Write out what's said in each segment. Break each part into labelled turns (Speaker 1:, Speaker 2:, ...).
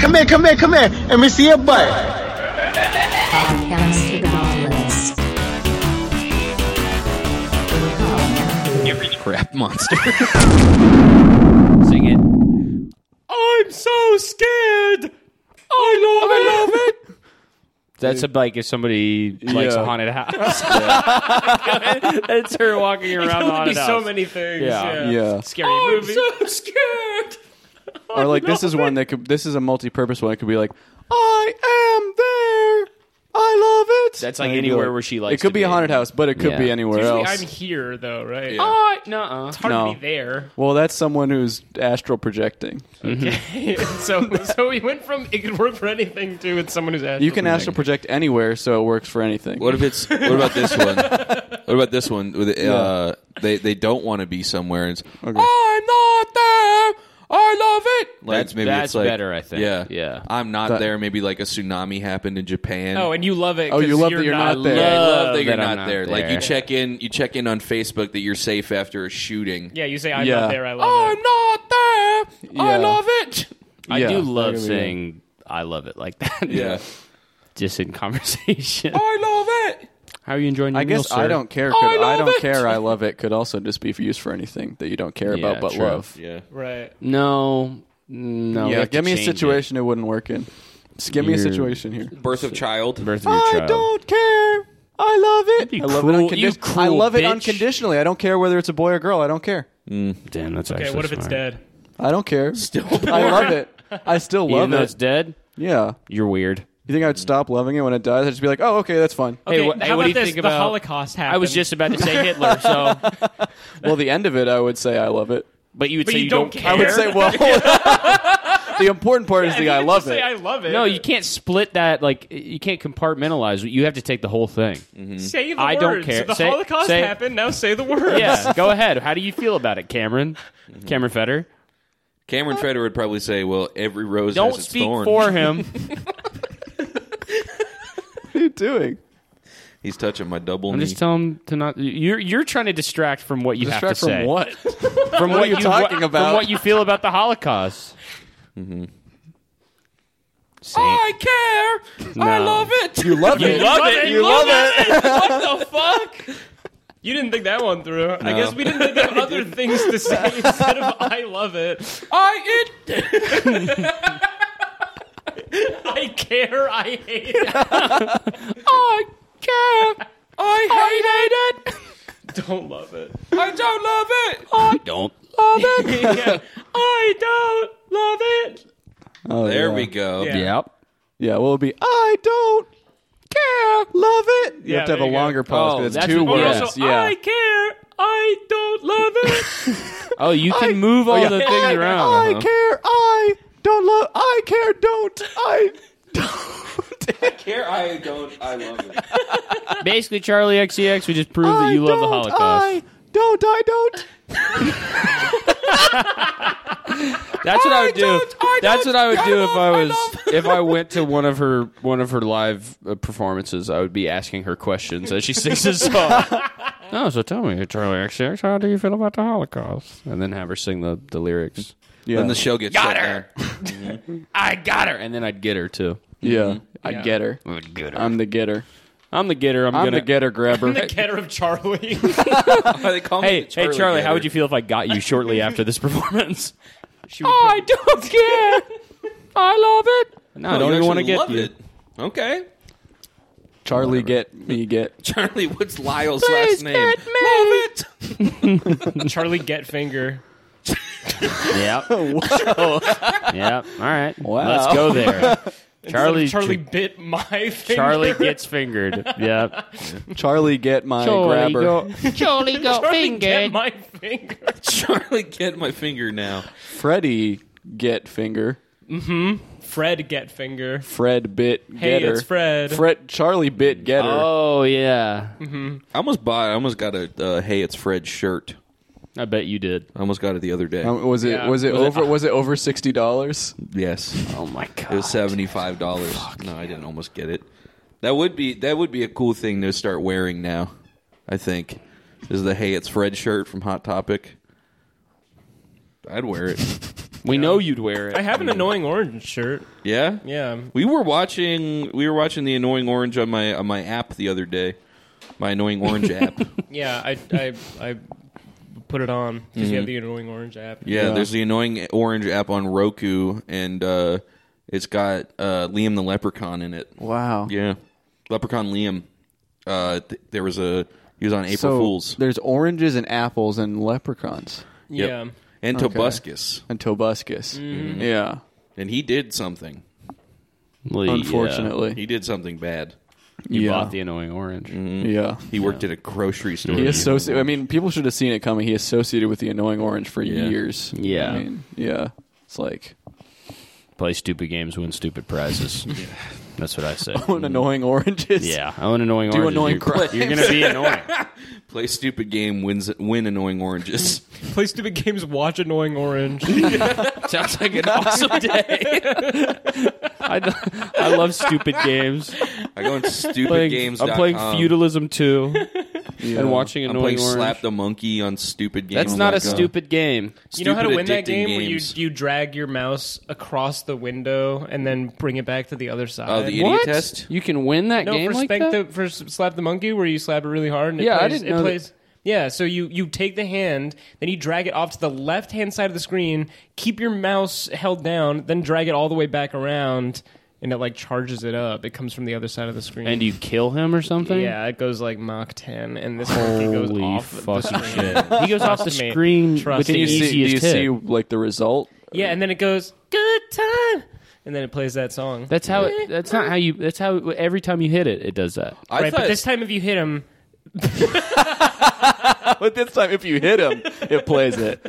Speaker 1: come here, come here, come here. Let me see your butt.
Speaker 2: Podcast for the Nautilus.
Speaker 3: You reach crap monster. Sing it. I'm so scared. I love it. That's a, like if somebody likes
Speaker 4: Yeah.
Speaker 3: a haunted house. That's her walking around the
Speaker 5: That would be
Speaker 3: haunted
Speaker 5: so
Speaker 3: house.
Speaker 5: many things.
Speaker 3: Yeah.
Speaker 5: Yeah.
Speaker 4: Yeah.
Speaker 5: Scary movie. so scared.
Speaker 4: Or like this is one that could this is a multi-purpose one. It could be like I am there. I love it.
Speaker 3: That's, like,
Speaker 4: And it'd be
Speaker 3: anywhere where she likes
Speaker 4: It could
Speaker 3: to
Speaker 4: be a
Speaker 3: be.
Speaker 4: haunted house, but it could
Speaker 3: Yeah.
Speaker 4: be anywhere
Speaker 5: Usually
Speaker 4: else.
Speaker 5: I'm here though, right?
Speaker 4: Yeah.
Speaker 5: Oh,
Speaker 3: What? Nuh-uh.
Speaker 5: it's hard
Speaker 4: No.
Speaker 5: to be there.
Speaker 4: well, that's someone who's astral projecting.
Speaker 5: so so we went from it could work for anything to it's someone who's at
Speaker 4: You can astral project anywhere, so it works for anything.
Speaker 6: What if it's? What about this one? What about this one? With the, uh, they they don't want to be somewhere. And it's, I'm not there. I love it. Like
Speaker 3: That's- that's better, I think.
Speaker 6: Yeah,
Speaker 3: Yeah.
Speaker 6: I'm not
Speaker 4: That-
Speaker 6: there. Maybe like a tsunami happened in Japan.
Speaker 5: Oh, and you love it.
Speaker 4: Oh, you
Speaker 5: 'cause
Speaker 4: love that you're not there.
Speaker 6: Yeah, I love that
Speaker 3: Love
Speaker 6: you're
Speaker 3: that I'm
Speaker 6: not,
Speaker 3: not
Speaker 6: there. Like you
Speaker 3: there.
Speaker 6: check in, you check in on Facebook that you're safe after a shooting.
Speaker 5: Yeah, you say I'm
Speaker 4: Yeah.
Speaker 5: not there. I love it.
Speaker 6: not there.
Speaker 4: I Yeah. love
Speaker 6: it.
Speaker 3: I
Speaker 4: Yeah.
Speaker 3: do love
Speaker 4: Yeah.
Speaker 3: saying I love it like that.
Speaker 6: Yeah,
Speaker 3: Just in conversation.
Speaker 6: I love it.
Speaker 3: How are you enjoying your
Speaker 4: I guess
Speaker 3: meal,
Speaker 4: I
Speaker 3: sir?
Speaker 4: don't care. Could, I, don't care. I love it. Could also just be used for anything that you don't care
Speaker 3: Yeah,
Speaker 4: about, but
Speaker 3: true.
Speaker 4: love.
Speaker 6: Yeah,
Speaker 5: Right.
Speaker 3: No. No.
Speaker 4: Mm,
Speaker 3: we
Speaker 4: yeah,
Speaker 3: have to
Speaker 4: give me a
Speaker 3: change it.
Speaker 4: situation it. wouldn't work in. Just give me a
Speaker 3: You're-
Speaker 4: situation here.
Speaker 6: birth of child. Ah.
Speaker 3: Birth of your
Speaker 4: I
Speaker 3: child.
Speaker 4: don't care. I love it.
Speaker 3: You
Speaker 4: I love
Speaker 3: cruel-
Speaker 4: it
Speaker 3: you
Speaker 4: unconditionally.
Speaker 3: cruel
Speaker 4: I love it
Speaker 3: bitch.
Speaker 4: unconditionally. I don't care whether it's a boy or girl. I don't care.
Speaker 3: Damn, that's
Speaker 5: Okay,
Speaker 3: actually
Speaker 5: what if it's
Speaker 3: smart.
Speaker 5: dead?
Speaker 4: I don't care. Still, I love it. I still
Speaker 3: Even
Speaker 4: love
Speaker 3: though
Speaker 4: it.
Speaker 3: it's dead,
Speaker 4: Yeah.
Speaker 3: you're weird.
Speaker 4: You think I'd stop loving it when it dies? I'd just be like, oh, okay, that's fine.
Speaker 3: Hey,
Speaker 5: Okay,
Speaker 3: wh-
Speaker 5: how
Speaker 3: hey, what
Speaker 5: about
Speaker 3: do you
Speaker 5: this?
Speaker 3: think
Speaker 5: the
Speaker 3: about-
Speaker 5: Holocaust happened?
Speaker 3: I was just about to say Hitler, so
Speaker 4: Well, the end of it, I would say I love it.
Speaker 3: but you would
Speaker 5: But
Speaker 3: say
Speaker 5: you
Speaker 3: you
Speaker 5: don't
Speaker 3: care.
Speaker 5: care.
Speaker 4: I would say, well, the important part is the I love it.
Speaker 5: Say, I love it.
Speaker 3: No, you can't split that. Like you can't compartmentalize. You have to take the whole thing.
Speaker 4: Mm-hmm.
Speaker 5: say the
Speaker 3: I
Speaker 5: word.
Speaker 3: don't care.
Speaker 5: So the
Speaker 3: Say-
Speaker 5: Holocaust
Speaker 3: say-
Speaker 5: happened. Now say the word.
Speaker 3: Yeah, go ahead. How do you feel about it, Cameron?
Speaker 4: Mm-hmm.
Speaker 3: Cameron Fetter.
Speaker 6: Cameron Feder would probably say, "Well, every rose
Speaker 3: Don't
Speaker 6: has its
Speaker 3: speak
Speaker 6: thorn."
Speaker 3: for him.
Speaker 4: What are you doing?
Speaker 6: He's touching my double
Speaker 3: I'm
Speaker 6: knee.
Speaker 3: just telling him to not. You're you're trying to distract from what you have
Speaker 4: Distract
Speaker 3: to
Speaker 4: from
Speaker 3: say.
Speaker 4: what?
Speaker 3: From what,
Speaker 4: are you talking
Speaker 3: what-
Speaker 4: about?
Speaker 3: From what you feel about the Holocaust. Say it.
Speaker 5: Oh, I care. I
Speaker 3: No.
Speaker 5: love it.
Speaker 4: You love it.
Speaker 3: love it.
Speaker 4: You love it.
Speaker 5: what the fuck? You didn't think that one through. I guess we didn't think of other things to say instead of I love it. I it. I care. I hate it. I care. I hate it. Don't love it. I don't love it. I
Speaker 3: Don't.
Speaker 5: love it. I don't love it.
Speaker 4: Oh,
Speaker 6: there
Speaker 4: yeah.
Speaker 6: we go.
Speaker 5: Yeah.
Speaker 3: Yep.
Speaker 4: Yeah, well, it'd be I don't care, love it. You
Speaker 5: Yeah,
Speaker 4: have to have a
Speaker 5: there you go.
Speaker 4: longer pause
Speaker 3: Oh,
Speaker 4: because it's
Speaker 3: that's
Speaker 4: two
Speaker 3: what- oh,
Speaker 4: words.
Speaker 3: yeah,
Speaker 5: So
Speaker 4: yeah,
Speaker 5: I care. I don't love it.
Speaker 3: Oh, you can move all the things
Speaker 4: I,
Speaker 3: around. uh-huh.
Speaker 4: I care. I don't love. I care. Don't. I don't.
Speaker 6: Care I don't. I love it.
Speaker 3: Basically, Charlie XCX, we just proved
Speaker 4: I
Speaker 3: that you love the
Speaker 4: don't,
Speaker 3: Holocaust.
Speaker 4: I don't. I don't.
Speaker 3: That's what I would do.
Speaker 4: don't- I
Speaker 3: That's
Speaker 4: don't-
Speaker 3: what I would
Speaker 4: I
Speaker 3: do
Speaker 4: love-
Speaker 3: if I
Speaker 4: I
Speaker 3: was if I went to one of her one of her live uh, performances. I would be asking her questions as she sings this song. no, so tell me, Charlie XCX, how do you feel about the Holocaust? And then have her sing the, the lyrics.
Speaker 4: Yeah.
Speaker 6: Then the show gets
Speaker 3: Got
Speaker 6: shut
Speaker 3: her.
Speaker 6: down.
Speaker 3: I got her, and then I'd get her too.
Speaker 4: yeah. I get her. I'm the getter.
Speaker 3: I'm the getter. I'm,
Speaker 4: I'm
Speaker 3: gonna
Speaker 4: the getter grabber.
Speaker 5: the getter of Charlie.
Speaker 6: they call me
Speaker 3: Hey,
Speaker 6: the
Speaker 3: hey, Charlie,
Speaker 6: Getter.
Speaker 3: how would you feel if I got you shortly after this performance? Oh,
Speaker 5: She would probably-
Speaker 3: don't care. I love it. No, I
Speaker 6: Oh,
Speaker 3: don't
Speaker 6: you
Speaker 3: even want to
Speaker 6: actually
Speaker 3: get
Speaker 6: love
Speaker 3: you.
Speaker 6: it. Okay.
Speaker 4: Charlie, get me, get.
Speaker 6: Charlie, what's Lyle's last name? Love it.
Speaker 5: Charlie Getfinger.
Speaker 3: Yep. Oh. yep. All right.
Speaker 4: Wow.
Speaker 3: Let's go there. Charlie.
Speaker 5: Charlie bit my finger.
Speaker 3: Charlie gets fingered. Yep.
Speaker 4: Charlie, get my grabber.
Speaker 2: Surely got
Speaker 5: Charlie get my finger.
Speaker 6: Charlie, get my finger now.
Speaker 4: Freddy, get finger.
Speaker 5: Fred Getfinger.
Speaker 4: Fred bit
Speaker 5: Hey,
Speaker 4: getter.
Speaker 5: it's Fred.
Speaker 4: Fred Charlie bit getter.
Speaker 3: Oh yeah.
Speaker 6: I almost bought. I almost got a uh, "Hey, it's Fred" shirt.
Speaker 3: I bet you did.
Speaker 6: I almost got it the other day.
Speaker 4: Um, was it
Speaker 5: Yeah.
Speaker 4: was it
Speaker 3: it-
Speaker 4: over was it over sixty dollars?
Speaker 6: yes,
Speaker 3: Oh my god.
Speaker 6: it was seventy five dollars. No, I didn't almost get it. That would be that would be a cool thing to start wearing now. I think is the "Hey, it's Fred" shirt from Hot Topic. I'd wear it.
Speaker 3: We know you'd wear it.
Speaker 5: I have an annoying orange shirt.
Speaker 6: Yeah,
Speaker 5: Yeah.
Speaker 6: We were watching we were watching the annoying orange on my on my app the other day, my annoying orange app.
Speaker 5: Yeah, I I, I put it on because you have the annoying orange app.
Speaker 6: Mm-hmm. Yeah,
Speaker 4: Yeah.
Speaker 6: there's the annoying orange app on Roku, and uh, it's got uh, Liam the Leprechaun in it.
Speaker 4: Wow.
Speaker 6: Yeah, Leprechaun Liam. Uh, th- there was a he was on April
Speaker 4: So
Speaker 6: Fools
Speaker 4: there's oranges and apples and leprechauns
Speaker 6: Yep.
Speaker 5: Yeah.
Speaker 6: and
Speaker 4: Okay.
Speaker 6: Tobuscus,
Speaker 4: and tobuscus. Yeah.
Speaker 6: and he did something.
Speaker 3: Lee,
Speaker 4: Unfortunately.
Speaker 6: He did something bad.
Speaker 3: yeah. you
Speaker 4: yeah.
Speaker 3: bought the annoying orange.
Speaker 5: Mm-hmm.
Speaker 4: yeah.
Speaker 6: He worked at a grocery store.
Speaker 4: He associated. I mean, people should have seen it coming. He associated with the annoying orange for
Speaker 6: Yeah.
Speaker 4: years.
Speaker 3: Yeah.
Speaker 4: I mean, yeah. It's like
Speaker 3: Play stupid games, win stupid prizes. That's what I say.
Speaker 4: own annoying oranges.
Speaker 3: Yeah, I own annoying
Speaker 4: Do
Speaker 3: oranges.
Speaker 4: annoying
Speaker 3: you're,
Speaker 4: crimes.
Speaker 3: you're gonna be annoying.
Speaker 6: play stupid game wins win annoying oranges.
Speaker 5: Play stupid games, watch annoying orange. Sounds like an awesome day.
Speaker 3: I, d- I love stupid games.
Speaker 6: I go on stupid
Speaker 3: Playing-
Speaker 6: games.
Speaker 3: I'm playing feudalism too, and watching
Speaker 6: I'm
Speaker 3: annoying
Speaker 6: playing
Speaker 3: orange.
Speaker 6: slap the Oh monkey on stupid games.
Speaker 3: That's not a stupid game.
Speaker 5: You know how to
Speaker 6: Stupid
Speaker 5: win that
Speaker 6: addicting
Speaker 5: game where you
Speaker 6: games.
Speaker 5: you drag your mouse across the window and then bring it back to the other side.
Speaker 6: Oh, the idiot
Speaker 3: What?
Speaker 6: test.
Speaker 3: You can win that
Speaker 5: no,
Speaker 3: game
Speaker 5: for
Speaker 3: like
Speaker 5: spank
Speaker 3: that.
Speaker 5: the for s- slap the monkey where you slap it really hard and it
Speaker 3: Yeah, I
Speaker 5: plays,
Speaker 3: didn't
Speaker 5: it
Speaker 3: know that.
Speaker 5: plays yeah, so you, you take the hand, then you drag it off to the left hand side of the screen, keep your mouse held down, then drag it all the way back around, and it like charges it up. It comes from the other side of the screen.
Speaker 3: and you kill him or something.
Speaker 5: Yeah, it goes like Mach 10, and this monkey goes
Speaker 3: Holy
Speaker 5: off the
Speaker 3: fucking
Speaker 5: screen.
Speaker 3: He goes off the
Speaker 5: Trust me.
Speaker 3: screen
Speaker 5: Trust
Speaker 3: with the
Speaker 5: me.
Speaker 4: You
Speaker 5: Can
Speaker 4: see, do you
Speaker 3: easiest hit.
Speaker 4: see like the result?
Speaker 5: Yeah, and then it goes good time, and then it plays that song.
Speaker 3: That's how. It, that's not how you. That's how. Every time you hit it, it does that.
Speaker 6: I
Speaker 5: right,
Speaker 6: thought
Speaker 5: but this time if you hit him,
Speaker 4: But this time, if you hit him, it plays it.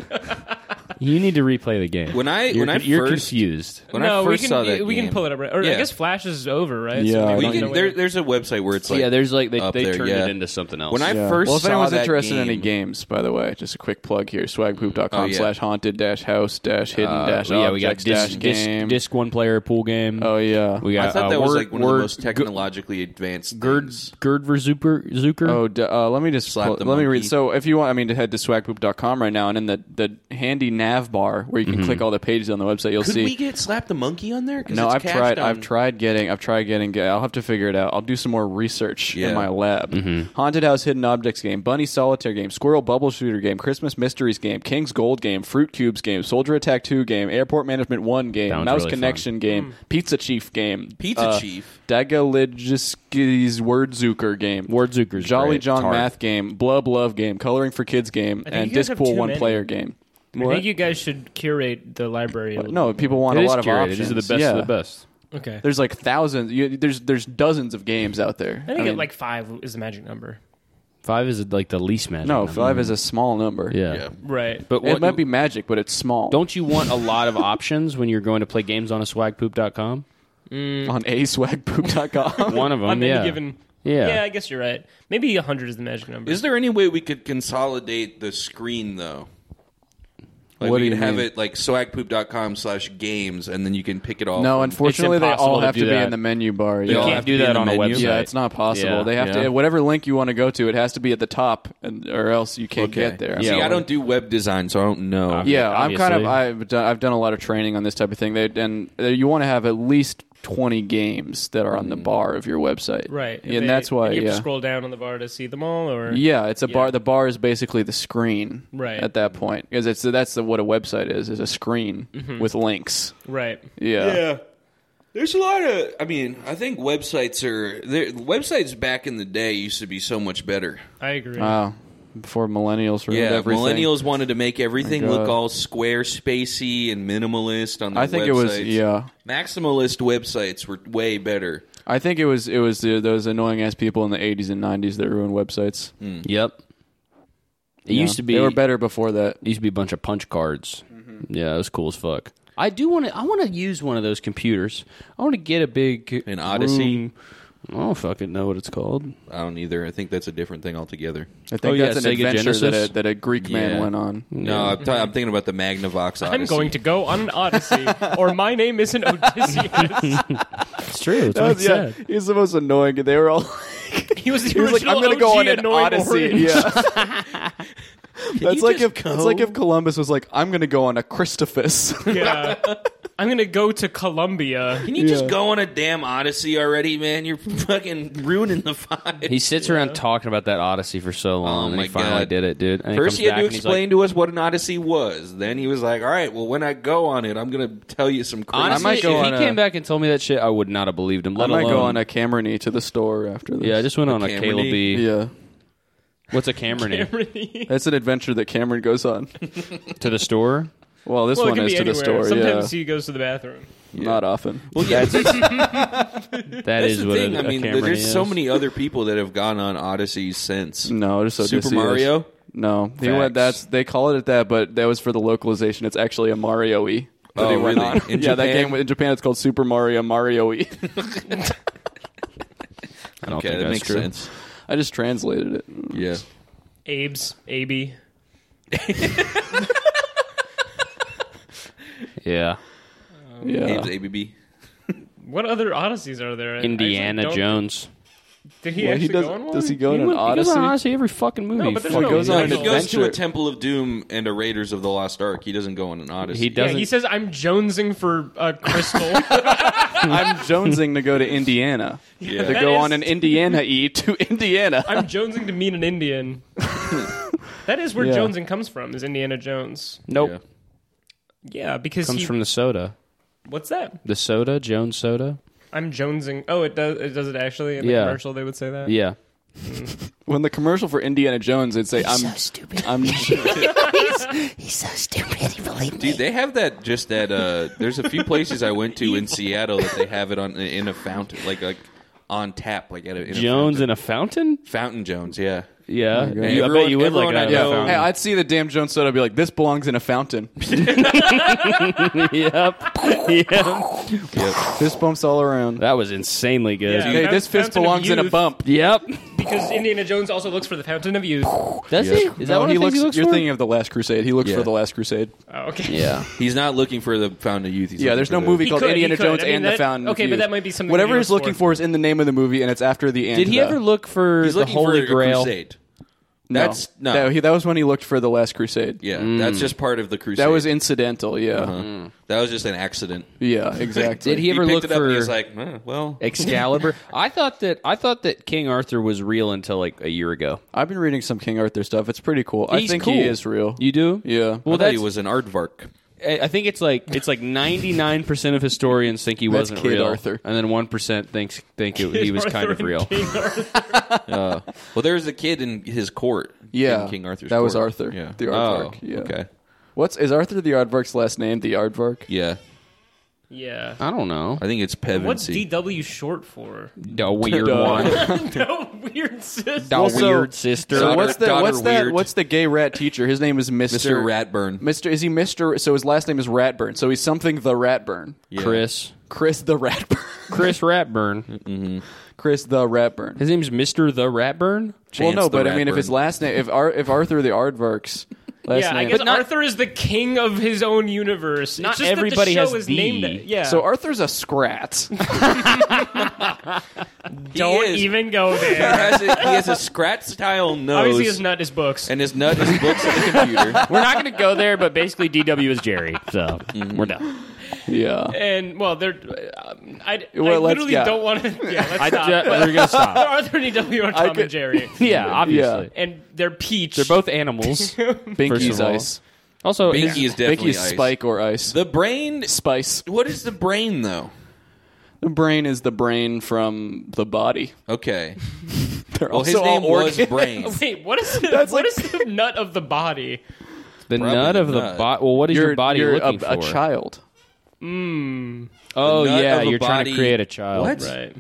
Speaker 3: You need to replay the game.
Speaker 6: when I
Speaker 3: you're,
Speaker 6: when I
Speaker 3: you're
Speaker 6: first
Speaker 3: confused.
Speaker 6: when
Speaker 5: no,
Speaker 6: I first
Speaker 5: we can
Speaker 6: saw that
Speaker 5: we
Speaker 6: game,
Speaker 5: can pull it up. Right, or
Speaker 6: Yeah.
Speaker 5: I guess Flash is over, right?
Speaker 4: Yeah, I
Speaker 5: maybe
Speaker 6: We
Speaker 4: don't
Speaker 5: don't
Speaker 6: can,
Speaker 5: know
Speaker 6: there,
Speaker 5: where-
Speaker 6: there's a website where it's like
Speaker 3: yeah, there's like they,
Speaker 6: up
Speaker 3: they
Speaker 6: there,
Speaker 3: turned
Speaker 6: yeah.
Speaker 3: it into something else.
Speaker 6: when I first
Speaker 4: well, if
Speaker 6: saw
Speaker 4: anyone's
Speaker 6: that
Speaker 4: interested in any
Speaker 6: game-
Speaker 4: games, by the way, just a quick plug here: swagpoop.com
Speaker 6: Oh, yeah. oh,
Speaker 4: slash haunted dash house dash hidden
Speaker 3: uh,
Speaker 4: dash
Speaker 3: yeah, we got
Speaker 4: objects
Speaker 3: disc,
Speaker 4: dash
Speaker 3: disc,
Speaker 4: game.
Speaker 3: disc one player pool game.
Speaker 4: oh yeah,
Speaker 3: we got
Speaker 6: I thought
Speaker 3: uh,
Speaker 6: that was
Speaker 3: word,
Speaker 6: like one of
Speaker 3: word,
Speaker 6: the most technologically advanced
Speaker 3: Gerd
Speaker 6: things.
Speaker 3: Gerd Verzuper Zucker.
Speaker 4: Oh, d- uh, let me just
Speaker 6: Slap
Speaker 4: pull-
Speaker 6: the
Speaker 4: let me read.
Speaker 6: monkey.
Speaker 4: So, if you want, I mean, to head to swagpoop.com right now, and in the, the handy nav bar where you can click all the pages on the website, you'll
Speaker 6: Mm-hmm. Could
Speaker 4: see.
Speaker 6: we get slapped the monkey on there? 'Cause
Speaker 4: no,
Speaker 6: it's
Speaker 4: I've
Speaker 6: cached
Speaker 4: tried.
Speaker 6: on-
Speaker 4: I've tried getting. I've tried getting. I'll have to figure it out. I'll do some more research
Speaker 6: Yeah.
Speaker 4: in my lab.
Speaker 3: Mm-hmm.
Speaker 4: Haunted house, hidden objects game, bunny solitaire game, squirrel bubble shooter game, Christmas mysteries game, King's Gold game, fruit cubes game, soldier attack two game, airport management one game,
Speaker 3: Sounds
Speaker 4: mouse
Speaker 3: really
Speaker 4: connection game, pizza chief game, uh,
Speaker 6: Pizza Chief?
Speaker 4: Dagaligiski's word zooker game,
Speaker 3: Word Zooker's
Speaker 4: Jolly
Speaker 3: great.
Speaker 4: John
Speaker 3: It's hard.
Speaker 4: math game, Blub Love game, coloring for kids game,
Speaker 5: think
Speaker 4: and
Speaker 5: you guys
Speaker 4: disc
Speaker 5: have
Speaker 4: pool
Speaker 5: too
Speaker 4: one
Speaker 5: many.
Speaker 4: player game.
Speaker 5: I think you guys should curate the library. a little
Speaker 4: No, people want
Speaker 3: It
Speaker 4: a
Speaker 3: is
Speaker 4: lot of
Speaker 3: curated.
Speaker 4: options.
Speaker 3: These are the best
Speaker 4: yeah.
Speaker 3: of the best.
Speaker 5: bit. Okay,
Speaker 4: There's like thousands. You, there's there's dozens of games out there.
Speaker 5: I think
Speaker 4: mean,
Speaker 5: it, like five is the magic number.
Speaker 3: Five is like the least magic.
Speaker 4: no
Speaker 3: number.
Speaker 4: five is a small number.
Speaker 3: Yeah.
Speaker 6: Yeah.
Speaker 5: Right,
Speaker 3: But
Speaker 4: it
Speaker 3: what,
Speaker 4: might be magic, but it's small.
Speaker 3: don't you want a lot of options when you're going to play games on a swagpoop.com?
Speaker 5: Mm.
Speaker 4: on aswagpoop.com.
Speaker 3: One of them,
Speaker 5: on
Speaker 3: yeah.
Speaker 5: any given.
Speaker 3: Yeah.
Speaker 5: I guess you're right. Maybe hundred is the magic number.
Speaker 6: Is there any way we could consolidate the screen though? Like
Speaker 4: What
Speaker 6: we
Speaker 4: do
Speaker 6: could
Speaker 4: you
Speaker 6: have
Speaker 4: mean?
Speaker 6: it like swagpoop.com slash games and then you can pick it all.
Speaker 4: no,
Speaker 6: and
Speaker 4: unfortunately, they all
Speaker 3: impossible to
Speaker 4: have to,
Speaker 3: do
Speaker 4: be
Speaker 3: that.
Speaker 4: in the menu bar.
Speaker 6: all
Speaker 4: Yeah.
Speaker 6: have
Speaker 3: can't
Speaker 6: to
Speaker 3: do
Speaker 6: be
Speaker 3: that
Speaker 6: in
Speaker 3: on
Speaker 6: the
Speaker 3: a
Speaker 6: menu?
Speaker 3: website.
Speaker 4: Yeah, it's not possible.
Speaker 3: Yeah.
Speaker 4: they have
Speaker 6: Yeah.
Speaker 4: to whatever link you want to go to. It has to be at the top, and or else you can't get there. Uh,
Speaker 3: Yeah,
Speaker 6: See, I
Speaker 3: well-
Speaker 6: don't do web design, so I don't know.
Speaker 4: Yeah, I'm kind of
Speaker 3: obviously.
Speaker 4: I've done, I've done a lot of training on this type of thing. They and uh, you want to have at least 20 games that are on the
Speaker 3: Mm.
Speaker 4: bar of your website.
Speaker 5: right?
Speaker 4: And
Speaker 5: They-
Speaker 4: that's why
Speaker 5: you have
Speaker 4: yeah.
Speaker 5: to scroll down on the bar to see them all, or
Speaker 4: Yeah, it's a
Speaker 5: Yeah.
Speaker 4: bar the bar is basically the screen
Speaker 5: Right.
Speaker 4: at that point because it's that's the, what a website is, is a screen
Speaker 3: Mm-hmm.
Speaker 4: with links.
Speaker 5: right.
Speaker 4: Yeah.
Speaker 6: Yeah. There's a lot of. I mean, I think websites are. there- Websites back in the day used to be so much better.
Speaker 5: I agree.
Speaker 4: Wow. Before millennials ruined
Speaker 6: Yeah,
Speaker 4: everything.
Speaker 6: millennials wanted to make everything
Speaker 4: My God.
Speaker 6: look all square, spacey, and minimalist on the
Speaker 4: I think it was yeah.
Speaker 6: Maximalist websites were way better.
Speaker 4: I think it was it was the, those annoying ass people in the 80s and 90s that ruined websites.
Speaker 3: Yep. It
Speaker 4: Yeah.
Speaker 3: used to be.
Speaker 4: They were better before that.
Speaker 3: It used to be a bunch of punch cards. Yeah, that was cool as fuck. I do want to. I want to use one of those computers. I want to get a big
Speaker 6: An Odyssey?
Speaker 3: room- I don't fucking know what it's called.
Speaker 6: I don't either. I think that's a different thing altogether.
Speaker 4: I think
Speaker 3: Oh, yeah,
Speaker 4: that's an
Speaker 3: Sega
Speaker 4: adventure that
Speaker 3: Genesis?
Speaker 4: a, that a Greek man
Speaker 6: Yeah.
Speaker 4: went on.
Speaker 6: No, I'm, t- I'm thinking about the Magnavox. Odyssey.
Speaker 5: I'm going to go on an Odyssey, or my name isn't Odysseus.
Speaker 3: It's true. It's what
Speaker 4: was- yeah, he was the most annoying. They were all.
Speaker 5: He was the
Speaker 4: He was like,
Speaker 5: original
Speaker 4: "I'm gonna
Speaker 5: OG
Speaker 4: go on an
Speaker 5: annoying
Speaker 4: odyssey."
Speaker 5: orange.
Speaker 4: Yeah. That's
Speaker 1: you
Speaker 4: like if
Speaker 1: just
Speaker 4: it's
Speaker 1: go?
Speaker 4: like if Columbus was like, I'm gonna go on a Christophus.
Speaker 5: Yeah. I'm gonna go to Colombia.
Speaker 6: Can you just go on a damn odyssey already, man? You're fucking ruining the vibe.
Speaker 3: He sits around talking about that Odyssey for so long, and
Speaker 6: my
Speaker 3: he finally
Speaker 6: God.
Speaker 3: did it, dude. And he
Speaker 6: First,
Speaker 3: comes
Speaker 6: he had
Speaker 3: back
Speaker 6: to
Speaker 3: and he's
Speaker 6: explain to us what an odyssey was. Then he was like, "All right, well, when I go on it, I'm gonna tell you some crazy."
Speaker 3: Like,
Speaker 4: I might
Speaker 3: honestly,
Speaker 4: go
Speaker 3: if
Speaker 4: on
Speaker 3: he
Speaker 4: a-
Speaker 3: came back and told me that shit, I would not have believed him.
Speaker 4: I
Speaker 3: Let
Speaker 4: might
Speaker 3: alone,
Speaker 4: go on a Camerony to the store after this.
Speaker 3: yeah, I just went on a
Speaker 6: Cameron
Speaker 3: Caleb B.
Speaker 6: E.
Speaker 4: yeah.
Speaker 3: What's a Cameron E?
Speaker 4: That's an adventure that Cameron goes on.
Speaker 3: to the store?
Speaker 4: Well, this
Speaker 5: Well, it
Speaker 4: one
Speaker 5: could
Speaker 4: is
Speaker 5: be
Speaker 4: to the
Speaker 5: anywhere.
Speaker 4: store.
Speaker 5: Sometimes
Speaker 4: yeah,
Speaker 5: he goes to the bathroom.
Speaker 4: not often.
Speaker 6: well, yeah, that's,
Speaker 3: That
Speaker 6: that's
Speaker 3: is
Speaker 6: the
Speaker 3: what
Speaker 6: thing.
Speaker 3: a,
Speaker 6: I mean,
Speaker 3: a Cameron
Speaker 6: there's
Speaker 3: E
Speaker 6: so
Speaker 3: is.
Speaker 6: many other people that have gone on odysseys since.
Speaker 4: No, just
Speaker 6: Super
Speaker 4: Odysseus.
Speaker 6: Mario?
Speaker 4: No, he went.
Speaker 3: Facts.
Speaker 4: That's they call it at that, but that was for the localization. It's actually a Mario E.
Speaker 6: Oh,
Speaker 4: they went
Speaker 6: really?
Speaker 4: on.
Speaker 6: In
Speaker 4: yeah, that
Speaker 6: Japan?
Speaker 4: game in Japan it's called Super Mario Mario E.
Speaker 3: I don't
Speaker 6: Okay,
Speaker 3: think
Speaker 6: that
Speaker 3: that's
Speaker 6: makes
Speaker 3: true.
Speaker 6: sense.
Speaker 4: I just translated it.
Speaker 6: Yeah.
Speaker 5: Abe's, Abe.
Speaker 3: Yeah,
Speaker 4: Yeah,
Speaker 6: Name's ABB.
Speaker 5: What other odysseys are there? I actually
Speaker 3: Indiana
Speaker 5: don't-
Speaker 3: Jones.
Speaker 5: Did he
Speaker 4: Well,
Speaker 5: actually
Speaker 4: he does.
Speaker 5: go on one?
Speaker 4: Does he go on an
Speaker 3: He goes on
Speaker 4: Odyssey?
Speaker 3: Odyssey every fucking movie.
Speaker 5: No, but there's
Speaker 4: Well,
Speaker 3: Fuck.
Speaker 5: no
Speaker 4: he goes on
Speaker 5: original-
Speaker 4: an
Speaker 6: He goes to a
Speaker 4: Adventure.
Speaker 6: Temple of Doom and a Raiders of the Lost Ark. He doesn't go on an Odyssey.
Speaker 3: He
Speaker 5: Yeah,
Speaker 3: doesn't.
Speaker 5: he says I'm jonesing for a crystal.
Speaker 4: I'm jonesing to go to Indiana.
Speaker 6: Yeah.
Speaker 4: To
Speaker 5: That
Speaker 4: go
Speaker 5: is-
Speaker 4: on an Indiana E to Indiana.
Speaker 5: I'm jonesing to meet an Indian. that is where
Speaker 4: Yeah.
Speaker 5: jonesing comes from. Is Indiana Jones?
Speaker 3: nope.
Speaker 6: Yeah.
Speaker 5: Yeah, because
Speaker 3: Comes
Speaker 5: he,
Speaker 3: from the soda.
Speaker 5: what's that?
Speaker 3: The soda, Jones soda.
Speaker 5: I'm jonesing. Oh, it does. It does it actually in the
Speaker 3: Yeah.
Speaker 5: commercial. They would say that.
Speaker 3: Yeah.
Speaker 4: when the commercial for Indiana Jones, it'd say, "I'm."
Speaker 2: stupid.
Speaker 4: I'm
Speaker 2: He's so stupid. He believed
Speaker 6: Dude, they have that just that. Uh, there's a few places I went to in Seattle that they have it on in a fountain, like like on tap, like at a, in a
Speaker 3: Jones
Speaker 6: fountain.
Speaker 3: in a fountain?
Speaker 6: Fountain Jones. Yeah,
Speaker 3: Yeah. You- I
Speaker 6: Everyone-
Speaker 3: bet you would like
Speaker 6: everyone I
Speaker 3: that.
Speaker 6: know-
Speaker 3: fountain.
Speaker 4: Hey, I'd see the damn Jones soda. I'd be like, "This belongs in a fountain.
Speaker 3: yep. yep.
Speaker 4: this bumps all around.
Speaker 3: That was insanely good.
Speaker 5: Yeah.
Speaker 4: Hey, this
Speaker 5: Fountain
Speaker 4: fist
Speaker 5: of
Speaker 4: belongs in a
Speaker 5: youth.
Speaker 4: bump."
Speaker 3: Yep.
Speaker 5: Because Indiana Jones also looks for the Fountain of Youth. Oh,
Speaker 3: Does
Speaker 6: Yeah.
Speaker 3: he? Is that
Speaker 4: No,
Speaker 3: what
Speaker 4: he
Speaker 3: I think
Speaker 4: looks?
Speaker 3: he looks
Speaker 4: you're
Speaker 3: for?
Speaker 4: thinking of the Last Crusade. He looks
Speaker 6: Yeah.
Speaker 4: for the Last Crusade.
Speaker 5: okay.
Speaker 3: yeah.
Speaker 6: he's not looking for the Fountain of Youth. He's
Speaker 4: Yeah,
Speaker 6: looking
Speaker 4: there's
Speaker 6: for
Speaker 4: no
Speaker 6: the-
Speaker 4: movie
Speaker 5: He
Speaker 4: called
Speaker 5: could, he
Speaker 4: Indiana
Speaker 5: could.
Speaker 4: Jones
Speaker 5: I mean,
Speaker 4: and the
Speaker 5: that-
Speaker 4: Fountain. of
Speaker 5: okay, but
Speaker 4: Youth.
Speaker 5: that might be something
Speaker 4: Whatever
Speaker 5: he
Speaker 4: he's
Speaker 5: looks
Speaker 4: looking
Speaker 5: for.
Speaker 4: for is in the name of the movie, and it's after the end.
Speaker 3: Did he ever look for
Speaker 6: He's
Speaker 3: the
Speaker 6: looking
Speaker 3: Holy
Speaker 6: for
Speaker 3: Grail?
Speaker 6: A crusade.
Speaker 4: No,
Speaker 6: That's no.
Speaker 4: he- that was when he looked for the Last Crusade.
Speaker 6: yeah, that's just part of the crusade.
Speaker 4: Mm.
Speaker 6: Uh-huh.
Speaker 4: that was incidental. Yeah,
Speaker 5: Uh-huh.
Speaker 6: that was just an accident.
Speaker 4: yeah, exactly.
Speaker 3: Did he ever
Speaker 6: picked
Speaker 3: look
Speaker 6: it up and
Speaker 3: for
Speaker 6: he was like, "Eh, well,
Speaker 3: Excalibur? I thought that I thought that King Arthur was real until like a year ago.
Speaker 4: I've been reading some King Arthur stuff. It's pretty cool. I
Speaker 3: He's
Speaker 4: think
Speaker 3: cool.
Speaker 4: he is real.
Speaker 3: You do?
Speaker 4: yeah.
Speaker 6: I
Speaker 3: Well,
Speaker 6: thought he
Speaker 3: that's
Speaker 6: was an aardvark."
Speaker 3: I I think it's like it's like ninety nine percent of historians think he
Speaker 4: That's
Speaker 3: wasn't
Speaker 4: Kid
Speaker 3: real,
Speaker 4: Arthur.
Speaker 3: and then one percent thinks think it, he was
Speaker 5: Arthur
Speaker 3: kind of
Speaker 5: and
Speaker 3: real.
Speaker 5: King Arthur.
Speaker 6: Well, there was a kid in his court.
Speaker 4: yeah,
Speaker 6: in King Arthur's.
Speaker 4: That was
Speaker 6: court.
Speaker 4: Arthur.
Speaker 6: Yeah,
Speaker 4: the
Speaker 6: Oh,
Speaker 4: Aardvark. yeah.
Speaker 6: Okay.
Speaker 4: What's is Arthur the Aardvark's last name? The Aardvark.
Speaker 6: Yeah,
Speaker 5: yeah.
Speaker 3: I don't know.
Speaker 6: I think it's Pevensey.
Speaker 5: What's DW short for?
Speaker 3: A weird
Speaker 4: Duh.
Speaker 3: one.
Speaker 5: no weird system.
Speaker 3: A
Speaker 4: Well, so-
Speaker 3: weird sister.
Speaker 4: So
Speaker 6: Daughter-
Speaker 4: what's the
Speaker 6: daughter
Speaker 4: what's that
Speaker 6: weird.
Speaker 4: what's the gay rat teacher? His name is Mister
Speaker 6: Mr. Ratburn?
Speaker 4: Mister is he Mister? So his last name is Ratburn. So he's something the Ratburn.
Speaker 6: Yeah.
Speaker 3: Chris.
Speaker 4: Chris the Ratburn.
Speaker 3: Chris Ratburn.
Speaker 4: Chris the Ratburn.
Speaker 3: His name's Mister the Ratburn.
Speaker 4: well,
Speaker 6: Chance
Speaker 4: no,
Speaker 6: the
Speaker 4: but I mean, if
Speaker 6: Ratburn.
Speaker 4: his last name, if Ar- if Arthur the Aardvark's last
Speaker 5: Yeah, I
Speaker 4: name,
Speaker 5: guess
Speaker 4: But
Speaker 5: Arthur is the king of his own universe.
Speaker 3: Not
Speaker 5: it's just
Speaker 3: everybody
Speaker 5: that the show
Speaker 3: has
Speaker 5: is
Speaker 3: the-
Speaker 5: named. that- Yeah,
Speaker 4: so Arthur's a scrat.
Speaker 5: don't
Speaker 6: He is-
Speaker 5: even go
Speaker 6: He
Speaker 5: there.
Speaker 6: has a, he has a scratch style nose,
Speaker 5: Obviously, his nut is books.
Speaker 6: and his nut is books at the computer.
Speaker 3: We're not going to go there, but basically DW is Jerry, so we're done.
Speaker 4: yeah,
Speaker 5: And well, they're. Um, I, I
Speaker 4: Well, let's-
Speaker 5: literally
Speaker 4: yeah.
Speaker 5: don't want to. Yeah, let's
Speaker 3: I
Speaker 5: stop.
Speaker 3: ju-
Speaker 5: But
Speaker 3: we're gonna stop.
Speaker 5: Arthur and EW are Tom
Speaker 4: could-
Speaker 5: and Jerry,
Speaker 3: Yeah, obviously.
Speaker 5: and they're Peach.
Speaker 3: They're both animals.
Speaker 4: Binky's
Speaker 3: of all,
Speaker 4: ice.
Speaker 3: Also, his-
Speaker 6: Binky is definitely
Speaker 4: Binky's
Speaker 6: ice.
Speaker 4: spike or ice.
Speaker 6: The brain.
Speaker 4: spice.
Speaker 6: What is the brain though?
Speaker 4: The brain is the brain from the body.
Speaker 6: Okay.
Speaker 4: They're
Speaker 6: Well, his
Speaker 4: also all
Speaker 6: name was
Speaker 4: organs.
Speaker 6: Brain.
Speaker 5: Wait, what is the,
Speaker 4: That's
Speaker 5: what
Speaker 4: like-
Speaker 5: is the nut of the body?
Speaker 3: the
Speaker 6: probably
Speaker 3: nut of the
Speaker 6: not.
Speaker 3: body. Well, what is your body
Speaker 4: you're
Speaker 3: looking
Speaker 4: a,
Speaker 3: for?
Speaker 4: a child.
Speaker 3: Oh
Speaker 6: The nut
Speaker 3: yeah,
Speaker 6: of a
Speaker 3: you're trying to
Speaker 6: body-
Speaker 3: create a child.
Speaker 6: What?
Speaker 5: Right,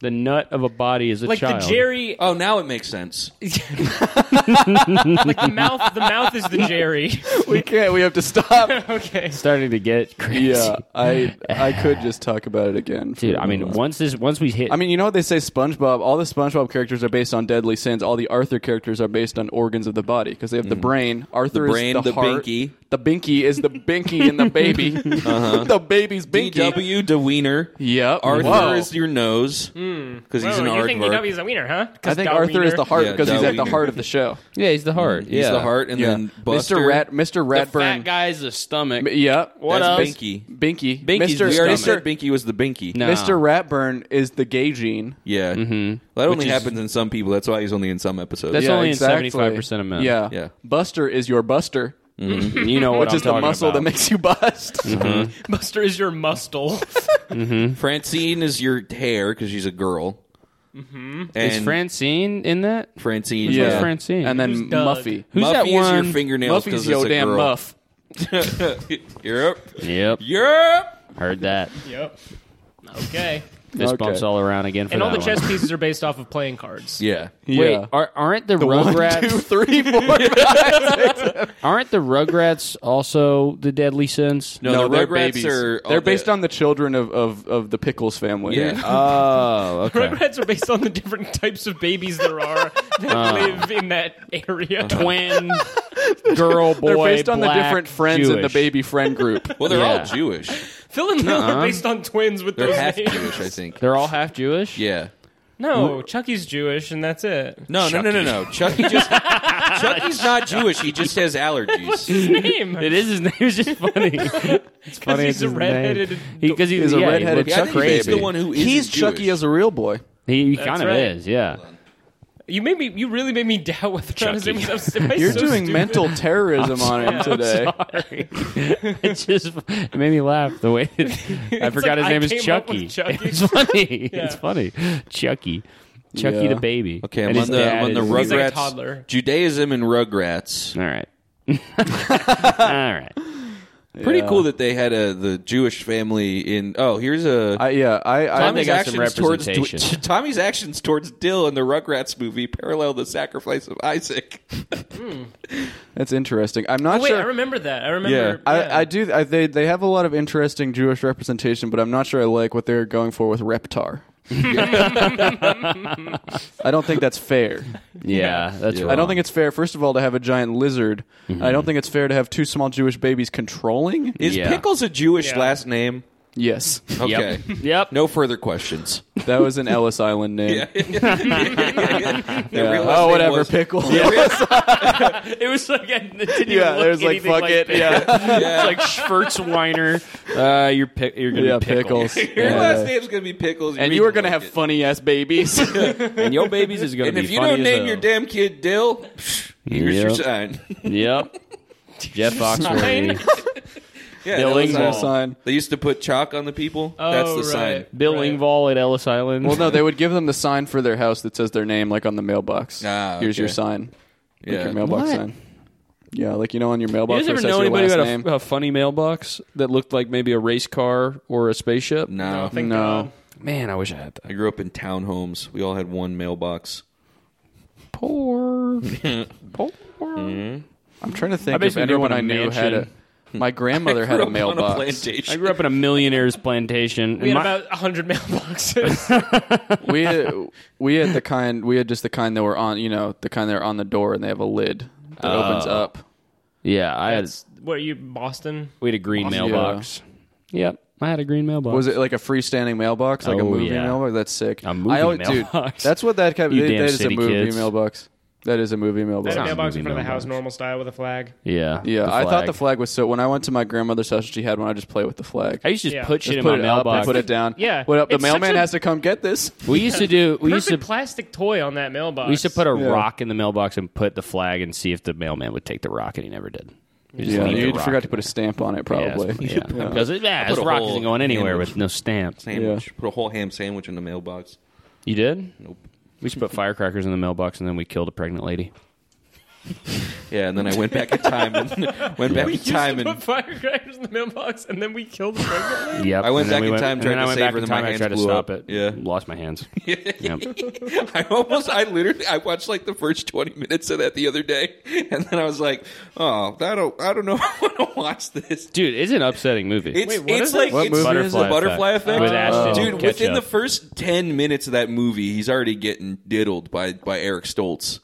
Speaker 3: The nut of a body is a
Speaker 5: like
Speaker 3: child.
Speaker 5: the Jerry,
Speaker 6: Oh, now it makes sense.
Speaker 5: like the mouth. The mouth is the Jerry.
Speaker 4: We can't. We have to stop.
Speaker 5: okay,
Speaker 3: starting to get crazy.
Speaker 4: yeah, I I could just talk about it again, for
Speaker 3: Dude,
Speaker 4: a
Speaker 3: I mean,
Speaker 4: moment.
Speaker 3: once this, once we hit,
Speaker 4: I mean, you know what they say? SpongeBob. All the SpongeBob characters are based on
Speaker 3: Mm.
Speaker 4: deadly sins. All the Arthur characters are based on organs of the body because they have the brain. Arthur
Speaker 6: The brain,
Speaker 4: is the,
Speaker 6: the
Speaker 4: heart.
Speaker 6: binky.
Speaker 4: The binky is the binky in the baby. the baby's binky.
Speaker 6: DW DeWiener.
Speaker 4: Yep.
Speaker 6: Arthur
Speaker 4: Whoa.
Speaker 6: is your nose because he's an
Speaker 5: you think
Speaker 6: aardvark.
Speaker 5: DW's a wiener, huh?
Speaker 4: I think Arthur is the heart
Speaker 6: Yeah,
Speaker 4: because he's at the
Speaker 6: Darwiner.
Speaker 4: heart of the show.
Speaker 3: Yeah, he's the heart.
Speaker 6: He's the heart, and then Buster.
Speaker 4: Mr. Rat, Mr.
Speaker 3: The fat
Speaker 4: Ratburn.
Speaker 3: guy's the stomach.
Speaker 4: M- Yep.
Speaker 3: What
Speaker 6: That's
Speaker 3: else?
Speaker 6: Binky.
Speaker 4: Binky.
Speaker 3: Binky's
Speaker 4: Mr.
Speaker 6: We already said
Speaker 4: Mr.
Speaker 6: Binky was the Binky.
Speaker 3: No.
Speaker 4: Mr. Ratburn is the gay gene.
Speaker 6: Yeah. That only
Speaker 3: Which is-
Speaker 6: happens in some people. That's why he's only in some episodes.
Speaker 3: That's
Speaker 4: Yeah,
Speaker 3: only
Speaker 4: exactly.
Speaker 3: in seventy-five percent of men.
Speaker 4: Yeah.
Speaker 6: Yeah.
Speaker 4: Buster is your buster,
Speaker 3: you know what
Speaker 4: which
Speaker 3: I'm
Speaker 4: is the
Speaker 3: talking
Speaker 4: muscle
Speaker 3: about.
Speaker 4: that
Speaker 3: Mhm.
Speaker 4: makes you bust.
Speaker 5: Buster is your muscle.
Speaker 6: Francine is your hair because she's a girl. Mm-hmm. And
Speaker 3: Is Francine in that?
Speaker 6: Francine.
Speaker 3: Yeah.
Speaker 6: Yeah.
Speaker 3: Francine?
Speaker 4: And then
Speaker 5: Who's Doug?
Speaker 4: Muffy.
Speaker 3: Who's
Speaker 6: Muffy
Speaker 3: that
Speaker 6: is your
Speaker 3: one-
Speaker 6: fingernails
Speaker 4: Muffy's
Speaker 6: because
Speaker 4: yo
Speaker 6: it's a
Speaker 4: damn
Speaker 6: girl.
Speaker 4: muff.
Speaker 6: Europe.
Speaker 3: Yep,
Speaker 6: Europe.
Speaker 3: heard that.
Speaker 5: yep. Okay.
Speaker 3: Fist
Speaker 4: Okay.
Speaker 3: bumps all around again for
Speaker 5: And all the
Speaker 3: that
Speaker 5: chess
Speaker 3: one.
Speaker 5: pieces are based off of playing cards.
Speaker 6: Yeah.
Speaker 3: Wait,
Speaker 4: Yeah.
Speaker 3: are, aren't the,
Speaker 4: One,
Speaker 3: Rugrats?
Speaker 4: two, three, four.
Speaker 3: Aren't the Rugrats also the deadly sins?
Speaker 6: No, the
Speaker 4: they're
Speaker 6: Rugrats
Speaker 4: babies.
Speaker 6: are.
Speaker 4: they're based on the children of, of, of the Pickles family.
Speaker 6: Yeah.
Speaker 3: Oh, okay.
Speaker 5: Rugrats are based on the different types of babies there are that
Speaker 4: Uh.
Speaker 5: live in that area.
Speaker 4: Uh-huh.
Speaker 3: Twin girl Uh, boy.
Speaker 4: They're based on
Speaker 3: black,
Speaker 4: the different friends in the
Speaker 3: Jewish.
Speaker 4: baby friend group.
Speaker 6: Well, they're
Speaker 3: Yeah.
Speaker 6: all Jewish.
Speaker 5: Phil and Lil
Speaker 4: Uh-huh.
Speaker 5: are based on twins with
Speaker 6: They're
Speaker 5: those
Speaker 6: half
Speaker 5: names.
Speaker 6: Jewish, I think.
Speaker 3: They're all half Jewish.
Speaker 6: Yeah.
Speaker 5: No, Chucky's Jewish, and that's it.
Speaker 6: No, no, no, no, no. Chucky just Chucky's not Jewish. He just has allergies.
Speaker 5: Name.
Speaker 3: It is his name. It's just funny. it's funny.
Speaker 5: he's
Speaker 3: it's
Speaker 5: a
Speaker 3: his
Speaker 5: redheaded
Speaker 3: name.
Speaker 5: adult.
Speaker 3: He, cause he's,
Speaker 4: He's a
Speaker 3: yeah, he
Speaker 4: redheaded
Speaker 3: looks
Speaker 6: Yeah, I think he's
Speaker 3: crazy.
Speaker 6: the one who is
Speaker 4: He's Chucky as a real boy.
Speaker 3: He, he kind of
Speaker 5: right.
Speaker 3: is. Yeah.
Speaker 5: You made me. You really made me doubt whether or not his name was.
Speaker 4: You're doing mental terrorism on him today.
Speaker 3: Sorry. it just it made me laugh the way it, I
Speaker 5: like
Speaker 3: forgot his
Speaker 5: I
Speaker 3: name is
Speaker 5: came up with
Speaker 3: Chucky.
Speaker 5: Chucky.
Speaker 3: It's funny.
Speaker 5: Yeah.
Speaker 3: It's funny. Chucky. Chucky
Speaker 4: Yeah.
Speaker 3: the baby.
Speaker 6: Okay,
Speaker 3: And
Speaker 6: I'm
Speaker 3: his
Speaker 6: on the
Speaker 3: dad
Speaker 6: I'm on the
Speaker 3: is-
Speaker 5: He's like a
Speaker 6: Rugrats
Speaker 5: toddler.
Speaker 6: Judaism and Rugrats.
Speaker 3: All right. All right.
Speaker 6: Pretty
Speaker 4: Yeah.
Speaker 6: cool that they had a the Jewish family in. Oh, here's a
Speaker 4: I, yeah, I, I
Speaker 3: Tommy
Speaker 6: Tommy's
Speaker 3: they got some
Speaker 6: actions towards
Speaker 3: representation.
Speaker 6: Tommy's actions towards Dill in the Rugrats movie parallel the sacrifice of Isaac.
Speaker 4: that's interesting. I'm not
Speaker 5: Wait,
Speaker 4: sure.
Speaker 5: I remember that. I remember.
Speaker 6: Yeah.
Speaker 4: I, I do. I, they they have a lot of interesting Jewish representation, but I'm not sure I like what they're going for with Reptar. I don't think that's fair.
Speaker 3: Yeah, that's
Speaker 4: I don't think it's fair. First of all, to have a giant lizard. I don't think it's fair to have two small Jewish babies controlling.
Speaker 6: Is
Speaker 3: Yeah.
Speaker 6: Pickles a Jewish
Speaker 5: Yeah.
Speaker 6: last name?
Speaker 4: yes,
Speaker 6: Okay.
Speaker 3: Yep. yep.
Speaker 6: No further questions.
Speaker 4: that was an Ellis Island name.
Speaker 6: Yeah. The
Speaker 4: Yeah.
Speaker 6: real last
Speaker 4: Oh,
Speaker 6: name
Speaker 4: whatever,
Speaker 6: was-
Speaker 4: pickle.
Speaker 6: The
Speaker 4: Yeah,
Speaker 6: real-
Speaker 3: It was like I didn't
Speaker 4: there's like fuck it. Yeah,
Speaker 3: It's like Schwartzweiner. Uh, you're pick. You're gonna
Speaker 4: yeah,
Speaker 3: be pickle.
Speaker 4: pickles.
Speaker 6: Your
Speaker 4: Yeah.
Speaker 6: last name's gonna be Pickles,
Speaker 4: And you were gonna have funny ass babies.
Speaker 3: and your babies is gonna
Speaker 6: And
Speaker 3: be.
Speaker 6: if you
Speaker 3: funny
Speaker 6: don't
Speaker 3: as
Speaker 6: name
Speaker 3: hell.
Speaker 6: your damn kid Dill, psh, here's your
Speaker 3: Yep.
Speaker 6: sign.
Speaker 3: Yep. Jeff Foxworthy.
Speaker 6: Yeah,
Speaker 3: Bill
Speaker 6: that was
Speaker 3: Engvall.
Speaker 6: our
Speaker 4: Sign.
Speaker 6: They used to put chalk on the people.
Speaker 5: Oh,
Speaker 6: That's the sign.
Speaker 5: right.
Speaker 3: Bill
Speaker 5: Right.
Speaker 3: Engvall at Ellis Island.
Speaker 4: Well, no, they would give them the sign for their house that says their name, like on the mailbox.
Speaker 6: Ah,
Speaker 4: Here's
Speaker 6: okay.
Speaker 4: your sign. Like
Speaker 6: Yeah.
Speaker 4: your mailbox
Speaker 3: What?
Speaker 4: sign. Yeah, like you know, on your
Speaker 3: You
Speaker 4: mailbox.
Speaker 3: guys
Speaker 4: where it
Speaker 3: ever
Speaker 4: says
Speaker 3: know
Speaker 4: your
Speaker 3: anybody who
Speaker 4: last
Speaker 3: had
Speaker 4: name?
Speaker 3: a, a funny mailbox that looked like maybe a race car or a spaceship?
Speaker 6: No.
Speaker 5: Thank
Speaker 4: No.
Speaker 5: God.
Speaker 3: Man, I wish I had
Speaker 6: I
Speaker 3: that.
Speaker 6: grew up in townhomes. We all had one mailbox.
Speaker 3: Poor. Poor.
Speaker 4: I'm trying to
Speaker 3: I
Speaker 4: think if
Speaker 3: basically grew up
Speaker 4: anyone I
Speaker 3: in a
Speaker 4: knew had a.
Speaker 3: mansion.
Speaker 4: My grandmother had
Speaker 6: Grew
Speaker 4: a
Speaker 6: up on
Speaker 4: mailbox.
Speaker 3: I
Speaker 6: plantation.
Speaker 3: grew up in a millionaire's plantation.
Speaker 5: We
Speaker 3: and
Speaker 5: had
Speaker 3: my-
Speaker 5: about hundred mailboxes.
Speaker 4: we had, we had the kind we had just the kind that were on you know the kind that are on the door and they have a lid that opens
Speaker 3: Uh,
Speaker 4: up.
Speaker 3: yeah, I had,
Speaker 5: what are you, Boston?
Speaker 3: we had a green mailbox. Yep, I had a green mailbox.
Speaker 4: Was it like a freestanding mailbox, like a
Speaker 3: Oh,
Speaker 4: movie
Speaker 3: yeah.
Speaker 4: mailbox? That's sick.
Speaker 3: A movie
Speaker 4: I Dude,
Speaker 3: mailbox.
Speaker 4: that's what that kind of
Speaker 3: You
Speaker 4: that
Speaker 3: damn
Speaker 4: is a
Speaker 3: city
Speaker 4: movie
Speaker 3: kids.
Speaker 4: mailbox. That is a movie mailbox.
Speaker 5: Had a
Speaker 3: not
Speaker 5: mailbox in
Speaker 3: moving
Speaker 5: front of the house,
Speaker 3: mailbox.
Speaker 5: normal style with a flag.
Speaker 3: Yeah,
Speaker 4: Yeah, I thought the flag was so. When I went to my grandmother's house, she had one. I just play with the flag.
Speaker 3: I used to just
Speaker 5: Yeah.
Speaker 3: put
Speaker 4: Just
Speaker 3: shit in
Speaker 4: put it
Speaker 3: my
Speaker 4: up,
Speaker 3: mailbox.
Speaker 4: put it down.
Speaker 5: Yeah.
Speaker 4: put it up. The
Speaker 5: It's such
Speaker 4: mailman
Speaker 5: a-
Speaker 4: has to come get this.
Speaker 3: we used to do. We used
Speaker 5: Perfect
Speaker 3: to.
Speaker 5: plastic toy on that mailbox.
Speaker 3: we used to put a
Speaker 4: Yeah.
Speaker 3: rock in the mailbox and put the flag and see if the mailman would take the rock, and he never did. He just
Speaker 4: Yeah,
Speaker 3: leaned
Speaker 4: you
Speaker 3: the rock
Speaker 4: forgot to
Speaker 3: in
Speaker 4: put a stamp on it,
Speaker 3: Yeah,
Speaker 4: probably.
Speaker 3: Yeah, because it, yeah,
Speaker 6: put
Speaker 3: this
Speaker 6: a
Speaker 3: rock
Speaker 6: whole
Speaker 3: isn't going anywhere
Speaker 6: sandwich.
Speaker 3: with no stamps.
Speaker 6: Sandwich. Put a whole ham sandwich in the mailbox.
Speaker 3: You did?
Speaker 6: Nope.
Speaker 3: We should put firecrackers in the mailbox and then we killed a pregnant lady.
Speaker 6: Yeah, and then I went back in time and went back in
Speaker 5: Used to
Speaker 6: time
Speaker 5: put
Speaker 6: and
Speaker 5: firecrackers in the mailbox, and then we killed the pregnant lady?
Speaker 3: Yep.
Speaker 6: I went
Speaker 3: And then
Speaker 6: back in time,
Speaker 3: and
Speaker 6: tried
Speaker 3: then
Speaker 6: to
Speaker 3: I went
Speaker 6: save
Speaker 3: back
Speaker 6: her,
Speaker 3: in
Speaker 6: then my
Speaker 3: time. I
Speaker 6: hands
Speaker 3: tried to
Speaker 6: blew up.
Speaker 3: stop it.
Speaker 6: Yeah.
Speaker 3: Lost my hands. Yep.
Speaker 6: I almost I literally I watched like the first twenty minutes of that the other day, and then I was like, oh, I don't I don't know if I want to watch this.
Speaker 3: Dude, it's an upsetting movie.
Speaker 6: It's
Speaker 5: Wait, what
Speaker 6: it's
Speaker 5: is it?
Speaker 6: like
Speaker 4: What
Speaker 6: it's
Speaker 4: movie
Speaker 6: the
Speaker 4: is it?
Speaker 6: butterfly effect.
Speaker 3: With Ashton
Speaker 6: Dude,
Speaker 3: Kutcher.
Speaker 6: within the first ten minutes of that movie, he's already getting diddled by by Eric Stoltz.